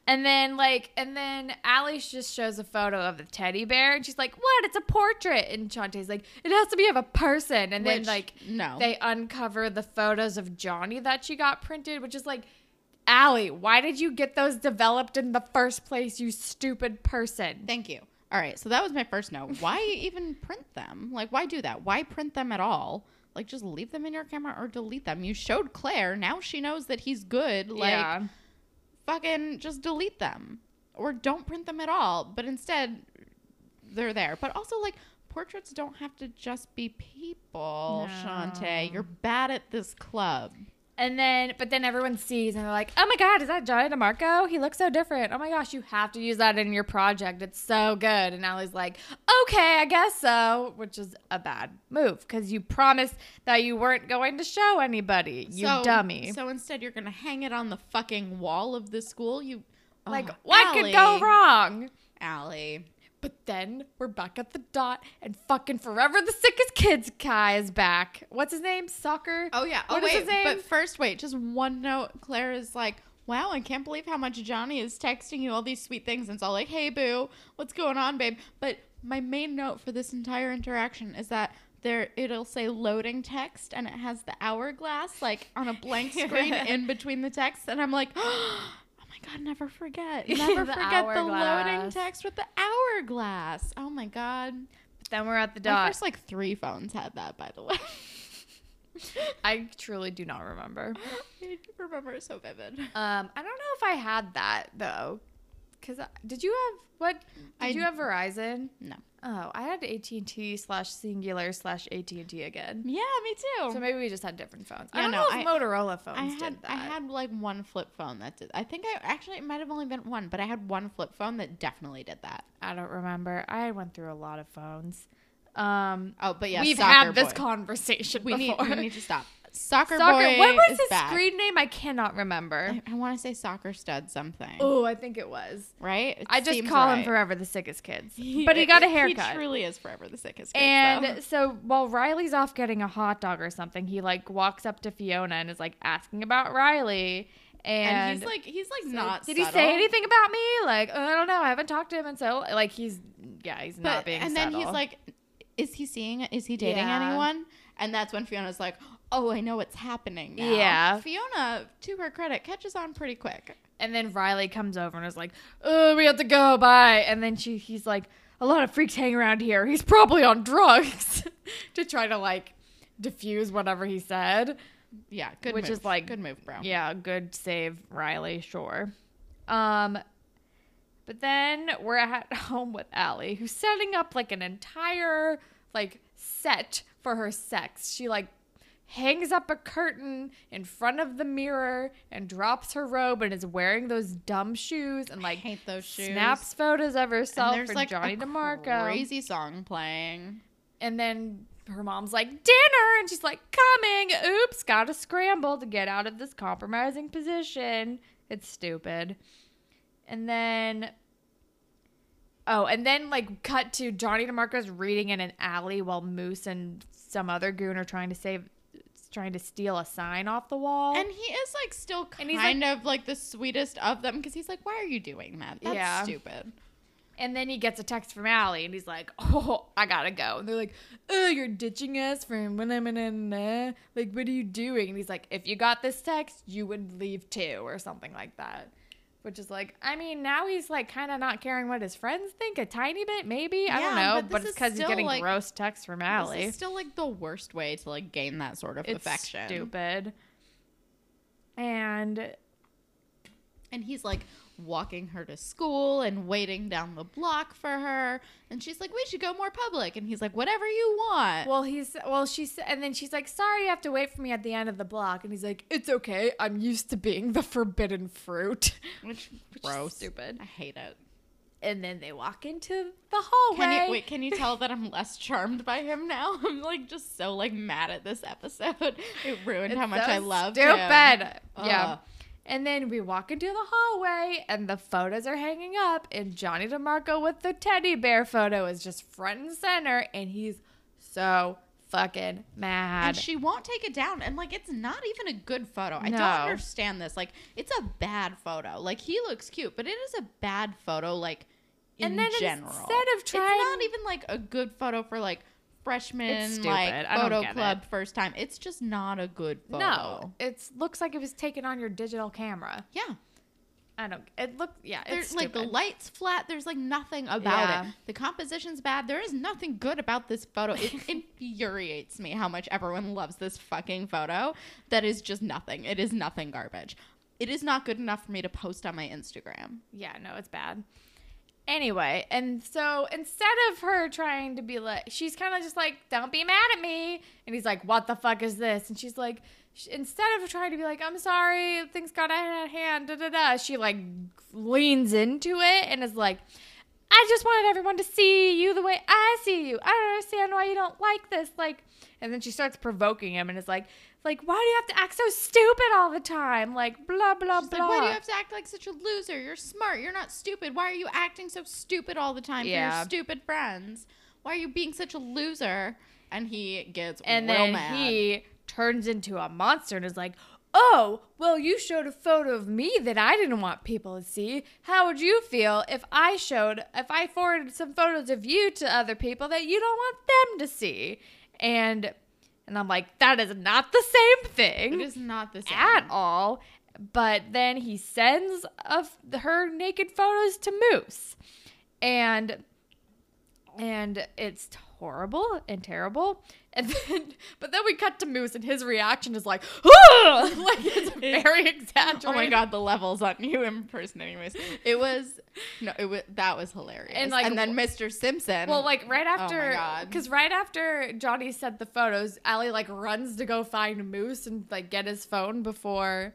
And then like and then Allie just shows a photo of the teddy bear and she's like, "What? It's a portrait." And Shantae's like, "It has to be of a person." And then Which, like no, they uncover the photos of Johnny that she got printed, which is like, Allie, why did you get those developed in the first place, you stupid person? Thank you. All right, so that was my first note. Why even print them? Like, why do that? Why print them at all? Like, just leave them in your camera or delete them. You showed Claire. Now she knows that he's good. Like, fucking just delete them or don't print them at all. But instead, they're there. But also, like, portraits don't have to just be people, No. Shantae. You're bad at this club. And then, but then everyone sees and they're like, oh my God, is that Johnny DeMarco? He looks so different. Oh my gosh, you have to use that in your project. It's so good. And Allie's like, okay, I guess so, which is a bad move because you promised that you weren't going to show anybody, you So- dummy. So instead, you're going to hang it on the fucking wall of the school. You. like, Ugh, what could go Allie. wrong? Allie. But then we're back at the dot, and fucking forever the sickest kids guy is back. What's his name? Soccer. Oh yeah. What oh is wait. his name? But first, wait. Just one note. Claire is like, "Wow, I can't believe how much Johnny is texting you all these sweet things." And it's all like, "Hey, boo, what's going on, babe?" But my main note for this entire interaction is that there it'll say loading text, and it has the hourglass like on a blank screen in between the text, and I'm like. Oh my God, never forget. Never The forget the loading hourglass. text with the hourglass. Oh my God. But then we're at the My dot. first like three phones had that, by the way. I truly do not remember. I remember it so vivid. Um, I don't know if I had that though, because did you have what? Did I- you have Verizon? No. Oh, I had AT and T slash Singular slash AT and T again. Yeah, me too. So maybe we just had different phones. I Yeah, don't no, know if Motorola phones I had did that. I had like one flip phone that did. I think I actually it might have only been one, but I had one flip phone that definitely did that. I don't remember. I went through a lot of phones. Um, Oh, but yeah, we've Soccer had this Boy. conversation We need, before. we need to stop. Soccer, Soccer. boy. what was is his back. screen name? I cannot remember. I, want to say soccer stud something, Oh, I think it was. right? It I just seems call him right. forever the sickest kids. but he got a haircut. He truly is forever the sickest. kid, And so. so while Riley's off getting a hot dog or something, he like walks up to Fiona and is like asking about Riley. And, and he's like he's like not. did he subtle. say anything about me? Like, I don't know. I haven't talked to him. And so, like, he's, yeah, he's not being and then he's subtle. like is he seeing is he dating Yeah. anyone and that's when fiona's like oh i know what's happening now. Yeah. fiona to her credit catches on pretty quick and then Riley comes over and is like, oh, we have to go. Bye. And then she, he's like, a lot of freaks hang around here. He's probably on drugs to try to like diffuse whatever he said. yeah good Which move. is like- good move bro Yeah, good save, Riley. Sure. Um, but then we're at home with Allie, who's setting up like an entire like set for her sex. She like hangs up a curtain in front of the mirror and drops her robe and is wearing those dumb shoes and like hate those shoes snaps photos of herself and and there's like Johnny a DeMarco. crazy song playing And then her mom's like, dinner. And she's like, coming. Oops, gotta scramble to get out of this compromising position. It's stupid. And then, oh, and then like cut to Johnny DeMarco's reading in an alley while Moose and some other goon are trying to save, trying to steal a sign off the wall. and he is like still Oh. And kind he's, of like the sweetest of them because he's like why are you doing that that's Yeah. stupid And then he gets a text from Allie and he's like, Oh, I gotta go. And they're like, Oh, you're ditching us for na- na- na- na. like what are you doing? And he's like, If you got this text, you would leave too, or something like that. Which is like, I mean, now he's like kind of not caring what his friends think a tiny bit, maybe. I don't Yeah, know, but but this it's is because he's still, getting like- gross texts from this Allie. is still like the worst way to like gain that sort of It's affection stupid. And And he's like walking her to school and waiting down the block for her. And she's like, we should go more public. And he's like, whatever you want. Well, he's well, she's and then she's like, "Sorry, you have to wait for me at the end of the block." And he's like, "It's okay. I'm used to being the forbidden fruit." which, which is Gross. stupid. I hate it. And then they walk into Can the hallway. you, wait, can you tell that I'm less charmed by him now? I'm like just so like mad at this episode. It ruined It's how much so I loved stupid. him. Yeah. Ugh. And then we walk into the hallway, and the photos are hanging up, and Johnny DeMarco with the teddy bear photo is just front and center, and he's so fucking mad. And she won't take it down. And like it's not even a good photo. I don't No. understand this. Like it's a bad photo. Like he looks cute, but it is a bad photo like in And then general. instead of It's trying- not even like a good photo for like freshman stupid. like I don't photo get club first time. It's just not a good photo. no, it looks like it was taken on your digital camera. Yeah. I don't. It looked, yeah, it's There's like the stupid. lights flat. There's like nothing about Yeah. it. The composition's bad. There is nothing good about this photo. It infuriates me how much everyone loves this fucking photo. That is just nothing. It is nothing garbage. It is not good enough for me to post on my Instagram. Yeah, no, it's bad. Anyway, and so instead of her trying to be like, she's kind of just like, don't be mad at me. And he's like, what the fuck is this? And she's like, sh- instead of trying to be like, I'm sorry, things got out of hand, da da da, she like leans into it and is like, I just wanted everyone to see you the way I see you. I don't understand why you don't like this. Like, and then she starts provoking him and is like, like, why do you have to act so stupid all the time? Like, blah, blah, She's blah. like, why do you have to act like such a loser? You're smart. You're not stupid. Why are you acting so stupid all the time for Yeah. your stupid friends? Why are you being such a loser? And he gets and real then mad. he turns into a monster and is like oh well you showed a photo of me that i didn't want people to see how would you feel if i showed if i forwarded some photos of you to other people that you don't want them to see and and i'm like that is not the same it thing is not the same. at all but then he sends of her naked photos to moose and and it's horrible and terrible. And then, but then we cut to Moose, and his reaction is like, "Ah!" like it's very exaggerated. Oh my god, the levels on you in person. Anyways, it was no, it was that was hilarious. And, And like, like, and then Mr. Simpson. Well, like right Oh my after, God. because right after Johnny sent the photos, Allie like runs to go find Moose and like get his phone before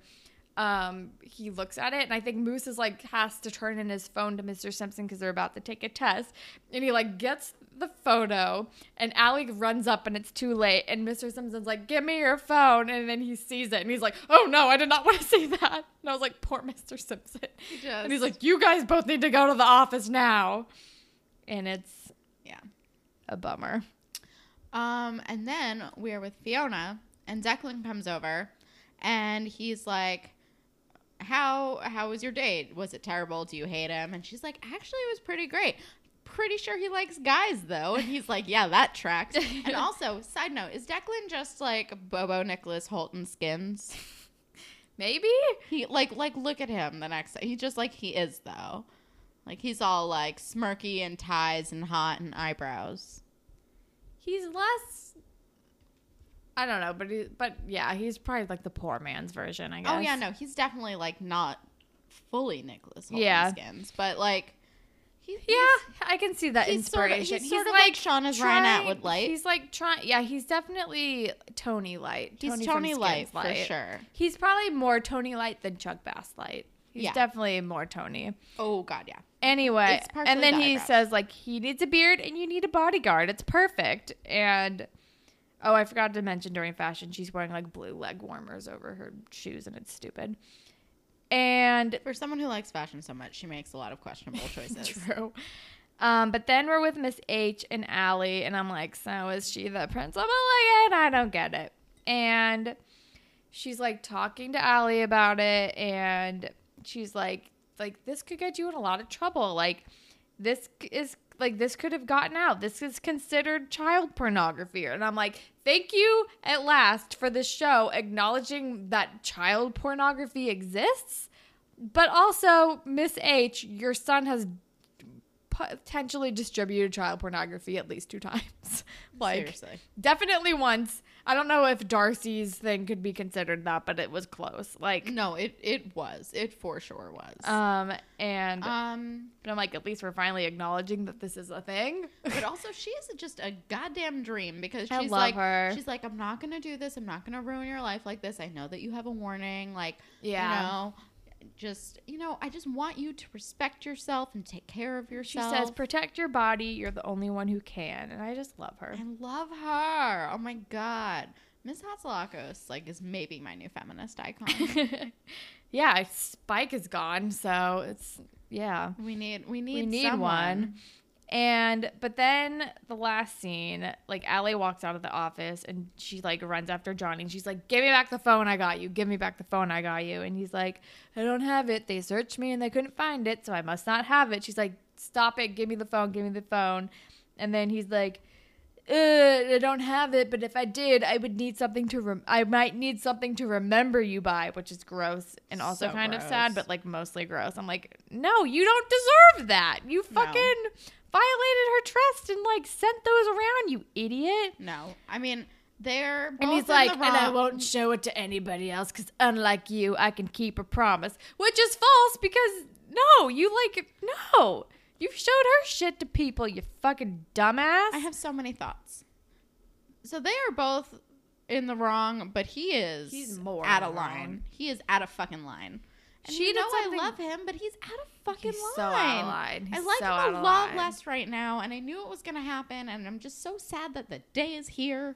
um he looks at it and i think moose is like has to turn in his phone to mr simpson because they're about to take a test and he like gets the photo and Allie runs up and it's too late and mr simpson's like give me your phone and then he sees it and he's like oh no i did not want to see that and i was like poor mr simpson and he's just- like you guys both need to go to the office now and it's yeah. a bummer. Um, and then we are with Fiona, and Declan comes over, and he's like, "How how was your date? Was it terrible? Do you hate him?" And she's like, "Actually, it was pretty great. Pretty sure he likes guys though." And he's like, "Yeah, that tracks." and also, side note, is Declan just like Bobo Nicholas Holton skins? Maybe? He like like look at him the next day. He just like he is though. Like he's all like smirky and ties and hot and eyebrows. He's less I don't know, but he, but yeah, he's probably like the poor man's version, I guess. Oh yeah, no, he's definitely like not fully Nicholas Holden Yeah. skins, but like he, he's- Yeah, I can see that he's sorta- inspiration. he's sorta like Shauna's Reinhardt with light. He's like trying. Yeah, he's definitely Tony Light. he's Tony, from Skins Light for sure. He's probably more Tony Light than Chuck Bass Light. He's Yeah. definitely more Tony. Oh god, yeah. Anyway, It's partially and then the he eyebrows. says like he needs a beard and you need a bodyguard. It's perfect. And oh, I forgot to mention during fashion, she's wearing like blue leg warmers over her shoes, and it's stupid. And For someone who likes fashion so much, she makes a lot of questionable choices. true. Um, but then we're with Miss H and Allie, and I'm like, so is she the Prince of Mulligan? I don't get it. And she's like talking to Allie about it, and she's like, like this could get you in a lot of trouble. Like this c- is like this could have gotten out. This is considered child pornography. And I'm like, thank you at last for this show acknowledging that child pornography exists. But also, Miss H, your son has potentially distributed child pornography at least two times. like, Seriously. definitely once. I don't know if Darcy's thing could be considered that, but it was close. Like, No, it it was. It for sure was. um, and um but I'm like, at least we're finally acknowledging that this is a thing. But also, she is just a goddamn dream because she's I love like, her. she's like, I'm not gonna do this. I'm not gonna ruin your life like this. I know that you have a warning. Like, Yeah. you know, just you know, I just want you to respect yourself and take care of She yourself. says, "Protect your body. You're the only one who can," and I just love her. I love her. Oh my god, Miss Hatsalakos like is maybe my new feminist icon. yeah, Spike is gone, so it's yeah. we need, we need, we need someone. one. And but then the last scene, like Allie walks out of the office and she like runs after Johnny and she's like, Give me back the phone I got you, give me back the phone I got you and he's like, I don't have it. They searched me and they couldn't find it, so I must not have it. She's like, Stop it, give me the phone, give me the phone and then he's like uh, I don't have it, but if I did, I would need something to. Rem- I might need something to remember you by, which is gross and also So kind of gross. sad, but like mostly gross. I'm like, no, you don't deserve that. You fucking violated her trust and like sent those around, you idiot. No, I mean they're both And he's in like, the and I wrong." won't show it to anybody else because unlike you, I can keep a promise, which is false because no, you like no, you showed her shit to people, you fucking dumbass. I have so many thoughts. So they are both in the wrong, but he is He's more out in of the line. wrong. He is out of fucking line. And She you did know I something- love him, but he's out of fucking He's line. so out of line. I He's like so out him a of lot line. less right now, and I knew it was gonna happen, and I'm just so sad that the day is here.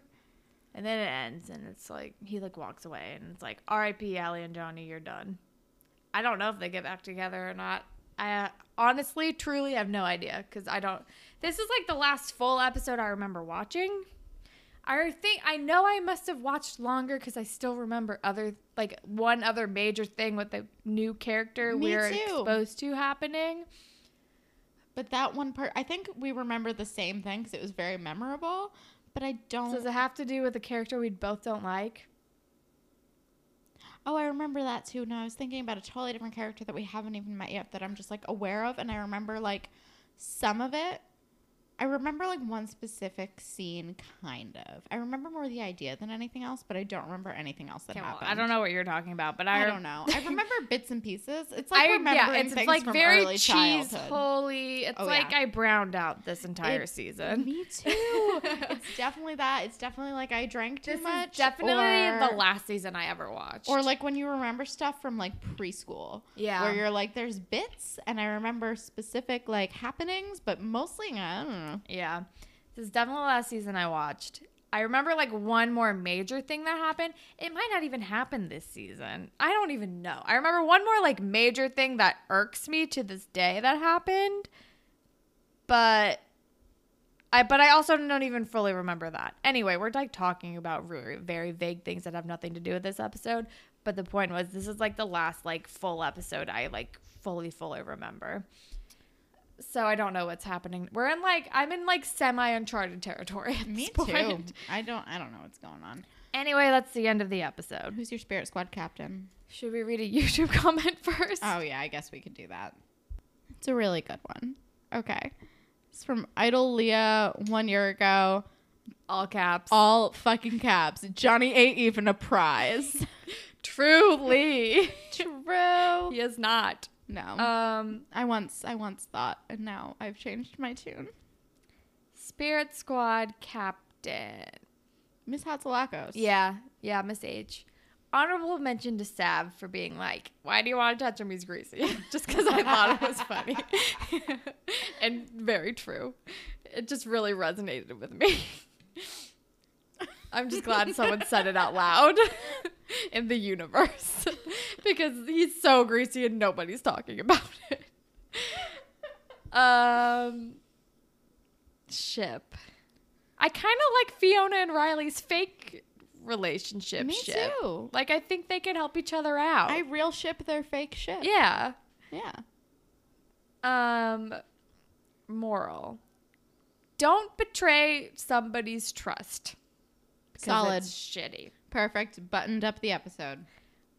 And then it ends, and it's like he like walks away, and it's like R.I.P. Allie and Johnny, you're done. I don't know if they get back together or not. I uh, honestly, truly have no idea because I don't. This is like the last full episode I remember watching. I think I know I must have watched longer because I still remember other like one other major thing with the new character Me we're too. exposed to happening. But that one part, I think we remember the same thing because it was very memorable. But I don't. Does it have to do with a character we both don't like? Oh, I remember that too. No, I was thinking about a totally different character that we haven't even met yet that I'm just like aware of, and I remember like some of it, I remember like one specific scene, kind of. I remember more the idea than anything else, but I don't remember anything else that Okay, well, happened. I don't know what you're talking about, but I, I rem- don't know. I remember bits and pieces. It's like I remembering yeah, it's, things it's like from very early cheese childhood. holy. It's Oh, like yeah. I browned out this entire It- season. Me too. it's definitely that. It's definitely like I drank too This much. is definitely or, the last season I ever watched. Or like when you remember stuff from like preschool. Yeah. Where you're like, there's bits, and I remember specific like happenings, but mostly I don't know. yeah, this is definitely the last season I watched. I remember like one more major thing that happened. It might not even happen this season. I don't even know. I remember one more like major thing that irks me to this day that happened, but I but I also don't even fully remember that. Anyway, we're like talking about very, very vague things that have nothing to do with this episode. But the point was, this is like the last like full episode I like fully, fully remember. So I don't know what's happening. We're in like I'm in like semi uncharted territory. At Me this point. too. I don't. I don't know what's going on. Anyway, that's the end of the episode. Who's your spirit squad captain? Should we read a YouTube comment first? Oh yeah, I guess we could do that. It's a really good one. Okay, it's from Idol Leah one year ago. All caps. All fucking caps. Johnny ain't even a prize. Truly, True. he is not. No. Um, I once I once thought, and now I've changed my tune. Spirit Squad Captain. Miss Hatzalakos. Yeah, yeah, Miss H. Honorable mention to Sav for being like, why do you want to touch him? He's greasy. just because I thought it was funny. and very true. It just really resonated with me. I'm just glad someone said it out loud in the universe because he's so greasy and nobody's talking about it. Um, ship. I kind of like Fiona and Riley's fake relationship. Me ship. too. Like I think they can help each other out. I real ship their fake ship. yeah. Yeah. Um, moral. Don't betray somebody's trust. because Solid. it's shitty. Perfect. Buttoned up the episode.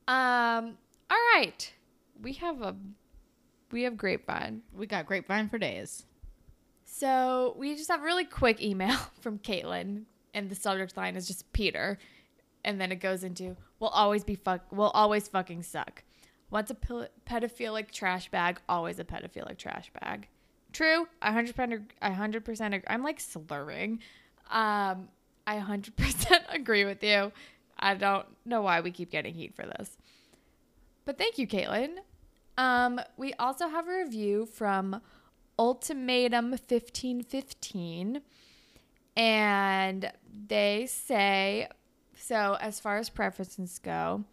Um. All right. We have a we have grapevine. We got grapevine for days. So we just have a really quick email from Caitlin, and the subject line is just Peter, and then it goes into "We'll always be fuck. We'll always fucking suck. Once a pil- pedophilic trash bag, always a pedophilic trash bag. True. I hundred percent. I hundred percent. ag- I'm like slurring. Um, I hundred percent agree with you. I don't know why we keep getting heat for this, but thank you, Caitlin. Um, we also have a review from Ultimatum 1515. And they say, so as far as preferences go,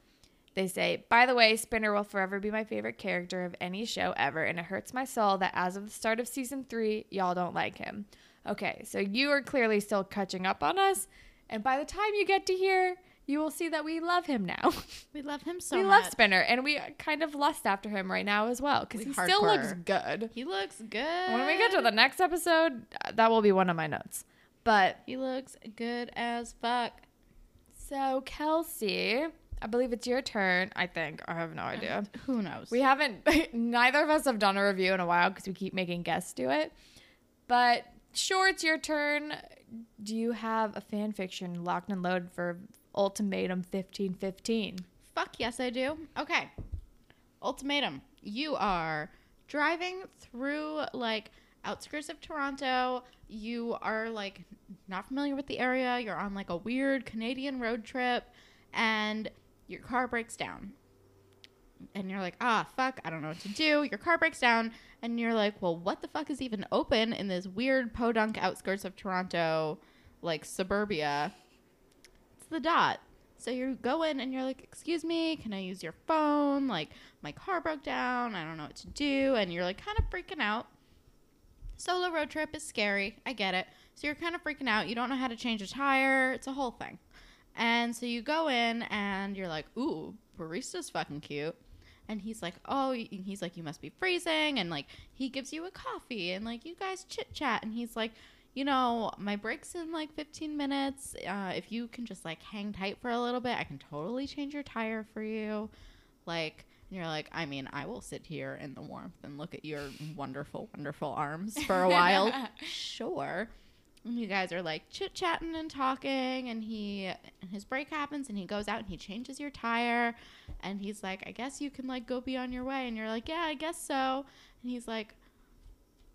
they say, by the way, Spinner will forever be my favorite character of any show ever, and it hurts my soul that as of the start of season three, y'all don't like him. Okay, so you are clearly still catching up on us, and by the time you get to here, you will see that we love him now. We love him so we much. love Spinner, and we kind of lust after him right now as well because We he still looks hardcore. good. He looks good. When we get to the next episode, uh, that will be one of my notes. But He looks good as fuck. so, Kelsey, I believe it's your turn. I think. I have no idea. Who knows? We haven't, neither of us have done a review in a while because we keep making guests do it. But sure, it's your turn. Do you have a fan fiction locked and loaded for Ultimatum 1515? Fuck yes, I do. Okay. Ultimatum. You are driving through like outskirts of Toronto. You are like not familiar with the area. You're on like a weird Canadian road trip and your car breaks down. And you're like, ah, fuck, I don't know what to do. Your car breaks down, and you're like, well, what the fuck is even open in this weird podunk outskirts of Toronto, like suburbia? It's the dot. So you go in and you're like, "Excuse me, can I use your phone? Like my car broke down. I don't know what to do." And you're like kind of freaking out. Solo road trip is scary. I get it. So you're kind of freaking out. You don't know how to change a tire. It's a whole thing. And so you go in and you're like, "Ooh, barista's fucking cute." And he's like, "Oh, y- he's like you must be freezing." And like he gives you a coffee and like you guys chit-chat and he's like, you know, my break's in like 15 minutes. Uh, if you can just like hang tight for a little bit, I can totally change your tire for you. Like, and You're like, I mean, I will sit here in the warmth and look at your wonderful, wonderful arms for a while. sure. And you guys are like chit chatting and talking, and he his break happens, and he goes out and he changes your tire, and he's like, I guess you can like go be on your way, and you're like, Yeah, I guess so. And he's like,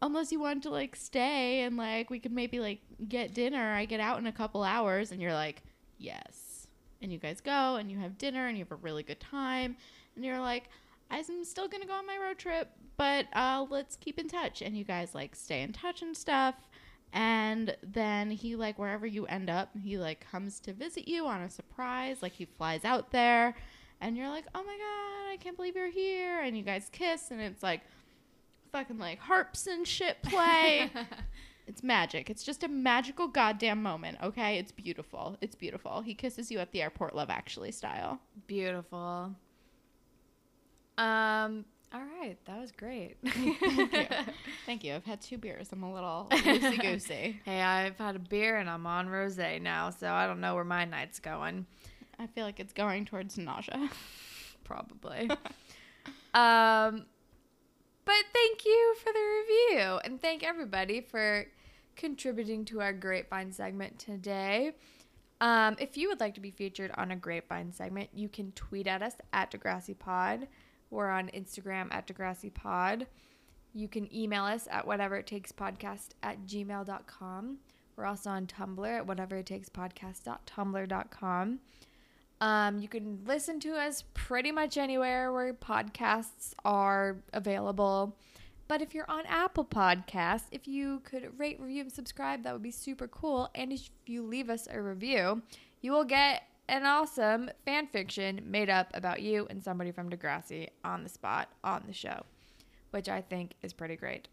Unless you want to like stay and like we could maybe like get dinner. I get out in a couple hours, and you're like, Yes. And you guys go and you have dinner and you have a really good time, and you're like, I'm still gonna go on my road trip, but uh, let's keep in touch. And you guys like stay in touch and stuff. And then he like wherever you end up, he like comes to visit you on a surprise. Like he flies out there, and you're like, oh my god, I can't believe you're here. And you guys kiss, and it's like fucking like harps and shit play. It's magic. It's just a magical goddamn moment, okay? It's beautiful. It's beautiful. He kisses you at the airport, love actually style. Beautiful. Um. All right, that was great. Thank you. Thank you. I've had two beers. I'm a little loosey goosey. Hey, I've had a beer and I'm on rosé now, so I don't know where my night's going. I feel like it's going towards nausea. Probably. um, but thank you for the review and thank everybody for contributing to our grapevine segment today. Um, if you would like to be featured on a grapevine segment, you can tweet at us at Degrassi Pod. We're on Instagram at Degrassi Pod. You can email us at whatever it takes podcast at gmail.com. We're also on Tumblr at whatever it takes podcast.tumblr.com. Um, you can listen to us pretty much anywhere where podcasts are available. But if you're on Apple Podcasts, if you could rate, review, and subscribe, that would be super cool. And if you leave us a review, you will get an awesome fan fiction made up about you and somebody from Degrassi on the spot on the show, which I think is pretty great.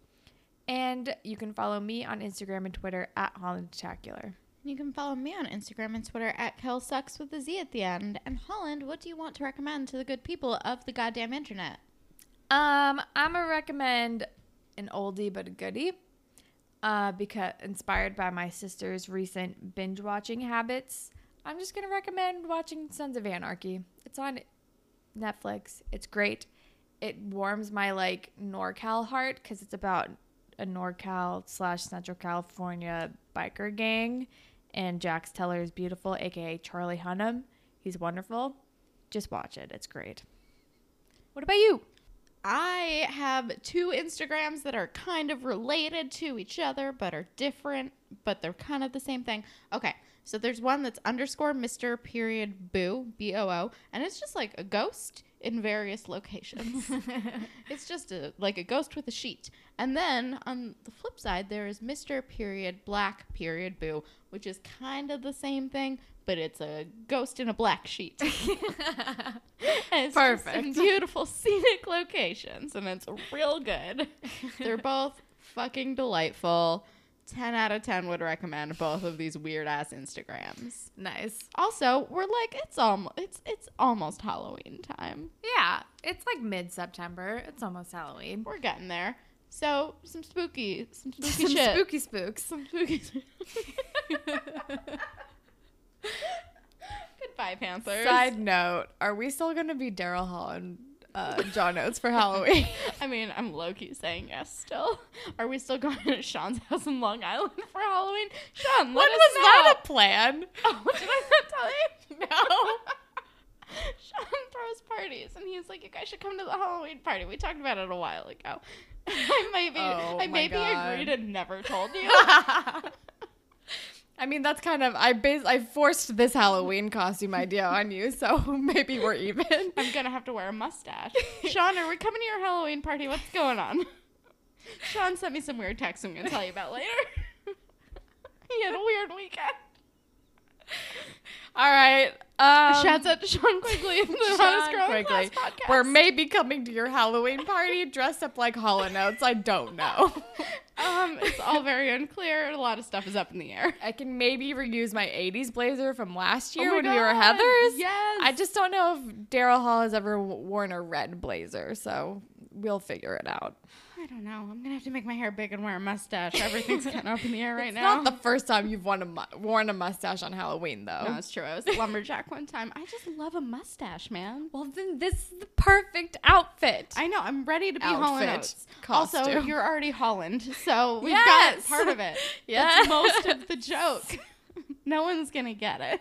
And you can follow me on Instagram and Twitter at HollandTacular. You can follow me on Instagram and Twitter at KelSucks with a Z at the end. And Holland, what do you want to recommend to the good people of the goddamn internet? Um, I'm gonna recommend an oldie but a goodie, uh, because inspired by my sister's recent binge watching habits, I'm just gonna recommend watching Sons of Anarchy. It's on Netflix. It's great. It warms my like NorCal heart because it's about a NorCal slash Central California biker gang, and Jax Teller is beautiful, aka Charlie Hunnam. He's wonderful. Just watch it. It's great. What about you? I have two Instagrams that are kind of related to each other, but are different, but they're kind of the same thing. Okay, so there's one that's underscore Mr. period boo, B O O, and it's just like a ghost in various locations. it's just a, like a ghost with a sheet. And then on the flip side, there is Mr. period black period boo, which is kind of the same thing, but it's a ghost in a black sheet. And it's just some Perfect. beautiful scenic locations, and it's real good. They're both fucking delightful. 10 out of 10 would recommend both of these weird ass Instagrams. nice. Also, we're like it's almost it's it's almost Halloween time. Yeah, it's like mid September. It's almost Halloween. We're getting there. So, some spooky some spooky Some shit. spooky spooks. some spooky. Goodbye, Panthers. Side note: Are we still gonna be Daryl Hall and uh, John Oates for Halloween? I mean, I'm low key saying yes still. Are we still going to Sean's house in Long Island for Halloween? Sean, let what us was know. that a plan? Oh, did I not tell you? No. Sean throws parties, and he's like, "You guys should come to the Halloween party." We talked about it a while ago. I maybe, Oh, I my maybe God. agreed and never told you. I mean, that's kind of I bas- I forced this Halloween costume idea on you, so maybe we're even. I'm gonna have to wear a mustache. Sean, are we coming to your Halloween party? What's going on? Sean sent me some weird texts. I'm gonna tell you about later. he had a weird weekend. All right. Um, Shouts out to Sean Quigley in the Sean Hottest Girl in Quigley. Class podcast. We're maybe coming to your Halloween party dressed up like Hollow Notes. I don't know. um, it's all very unclear. A lot of stuff is up in the air. I can maybe reuse my 80s blazer from last year Oh my when we were God, Heathers. Yes. I just don't know if Daryl Hall has ever w- worn a red blazer, so we'll figure it out. I I don't know. I'm gonna have to make my hair big and wear a mustache. Everything's kind of up in the air right It's now. not the first time you've worn a, mu- worn a mustache on Halloween, though. no, it's true. I was a lumberjack one time. I just love a mustache, man. well, then this is the perfect outfit. I know. I'm ready to be Outfit, Holland Oates. Also, costume. you're already Holland, so we've Yes. got part of it. Yes. That's most of the joke. no one's gonna get it.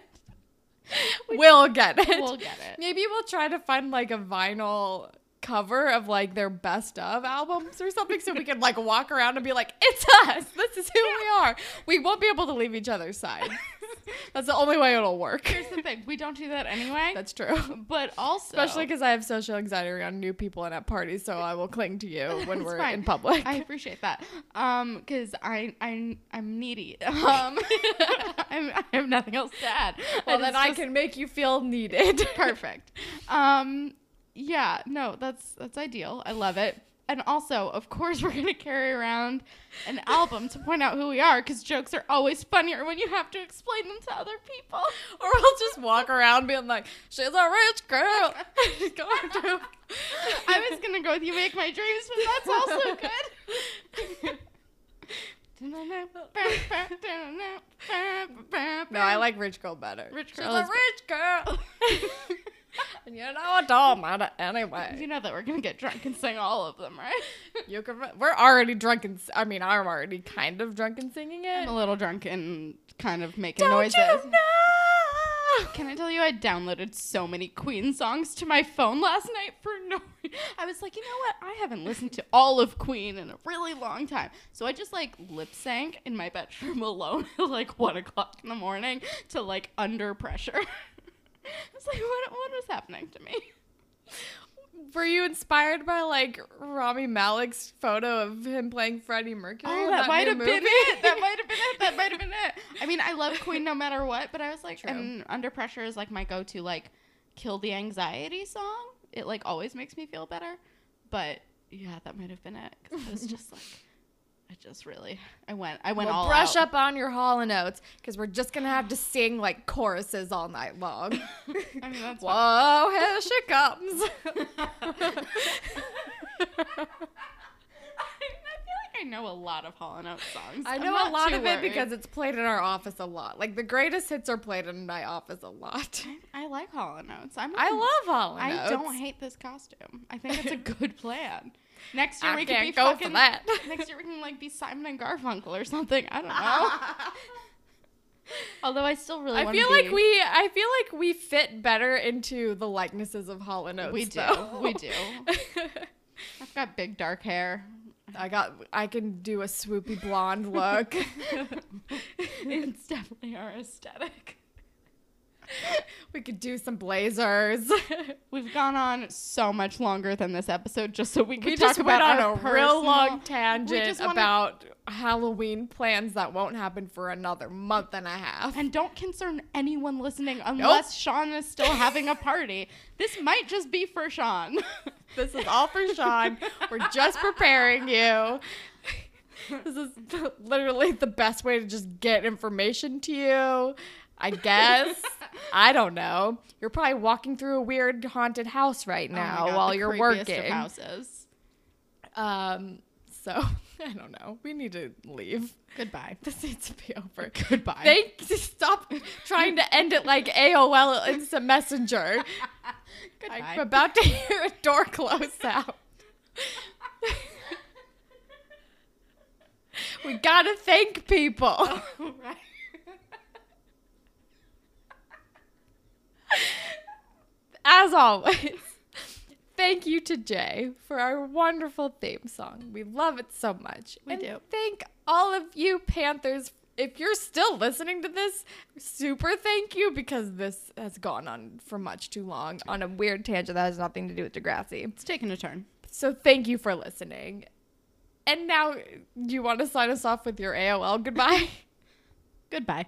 we'll get it. We'll get it. Maybe we'll try to find like a vinyl cover of like their best of albums or something so we can like walk around and be like, it's us. This is who we are. We won't be able to leave each other's side. That's the only way it'll work. Here's the thing. We don't do that anyway. That's true. but also, Especially because I have social anxiety around new people and at parties, so I will cling to you when It's we're fine. in public. I appreciate that. Um, because I I I'm needy. Um, I'm, I have nothing else to add. well, And then it's I just can make you feel needed. perfect. Um, yeah, no, that's that's ideal. I love it. And also, of course, we're gonna carry around an album to point out who we are, because jokes are always funnier when you have to explain them to other people. or we'll just walk around being like, she's a rich girl. Just go after I was gonna go with you make my dreams, but that's also good. No, I like rich girl better. Rich She's girl a is- rich girl. and you know it don't matter You anyway. know that we're gonna get drunk and sing all of them, right? You can. We're already drunk and. s- I mean, I'm already kind of drunk and singing I'm it. a little drunk and kind of making Don't noises. you know? Can I tell you, I downloaded so many Queen songs to my phone last night for no. I was like, you know what? I haven't listened to all of Queen in a really long time, so I just like lip sync in my bedroom alone at like one o'clock in the morning to like Under Pressure. I was like, what, what was happening to me? Were you inspired by like Rami Malek's photo of him playing Freddie Mercury? Oh, in that new might have been movie? it. That might have been it. That might have been it. I mean, I love Queen no matter what, but I was like, True. and Under Pressure is like my go-to, like, kill the anxiety song. It like always makes me feel better. But yeah, that might have been it. 'cause I was just like, I just really, I went, I went Well, all brush out. up on your Hall and Oates because we're just gonna have to sing like choruses all night long. I mean, that's what. Whoa, here she comes. I feel like I know a lot of Hall and Oates songs. I I'm know a not lot too of it worried. because it's played in our office a lot. Like the greatest hits are played in my office a lot. I like Hall and Oates. I'm I love Hall and I don't Oates. hate this costume. I think it's a good plan. Next year I we can't could be go for fucking. that. next year we can like be Simon and Garfunkel or something. I don't know. Although I still really. I wanna feel be- like we I feel like we fit better into the likenesses of Hall and Oates. We do. though. We do. I've got big dark hair. I got I can do a swoopy blonde look. It's definitely our aesthetic. we could do some blazers. We've gone on so much longer than this episode just so we could we talk just about went on our a real personal- long We tangent just wanna- about Halloween plans that won't happen for another month and a half. And don't concern anyone listening unless Sean is still having a party. This might just be for Sean. This is all for Sean. We're just preparing you. This is the- literally the best way to just get information to you. I guess. I don't know. You're probably walking through a weird haunted house right Oh my now God, while the you're creepiest of working. houses. Um so I don't know. We need to leave. Goodbye. This needs to be over. Goodbye. They stop trying to end it like AOL Instant Messenger. I'm Goodbye. about to hear a door close out. we gotta thank people. Right. As always, thank you to Jay for our wonderful theme song. We love it so much. We and do. Thank all of you, Panthers. If you're still listening to this, super thank you because this has gone on for much too long on a weird tangent that has nothing to do with Degrassi. It's taking a turn. So thank you for listening. And now, do you want to sign us off with your AOL goodbye? Goodbye.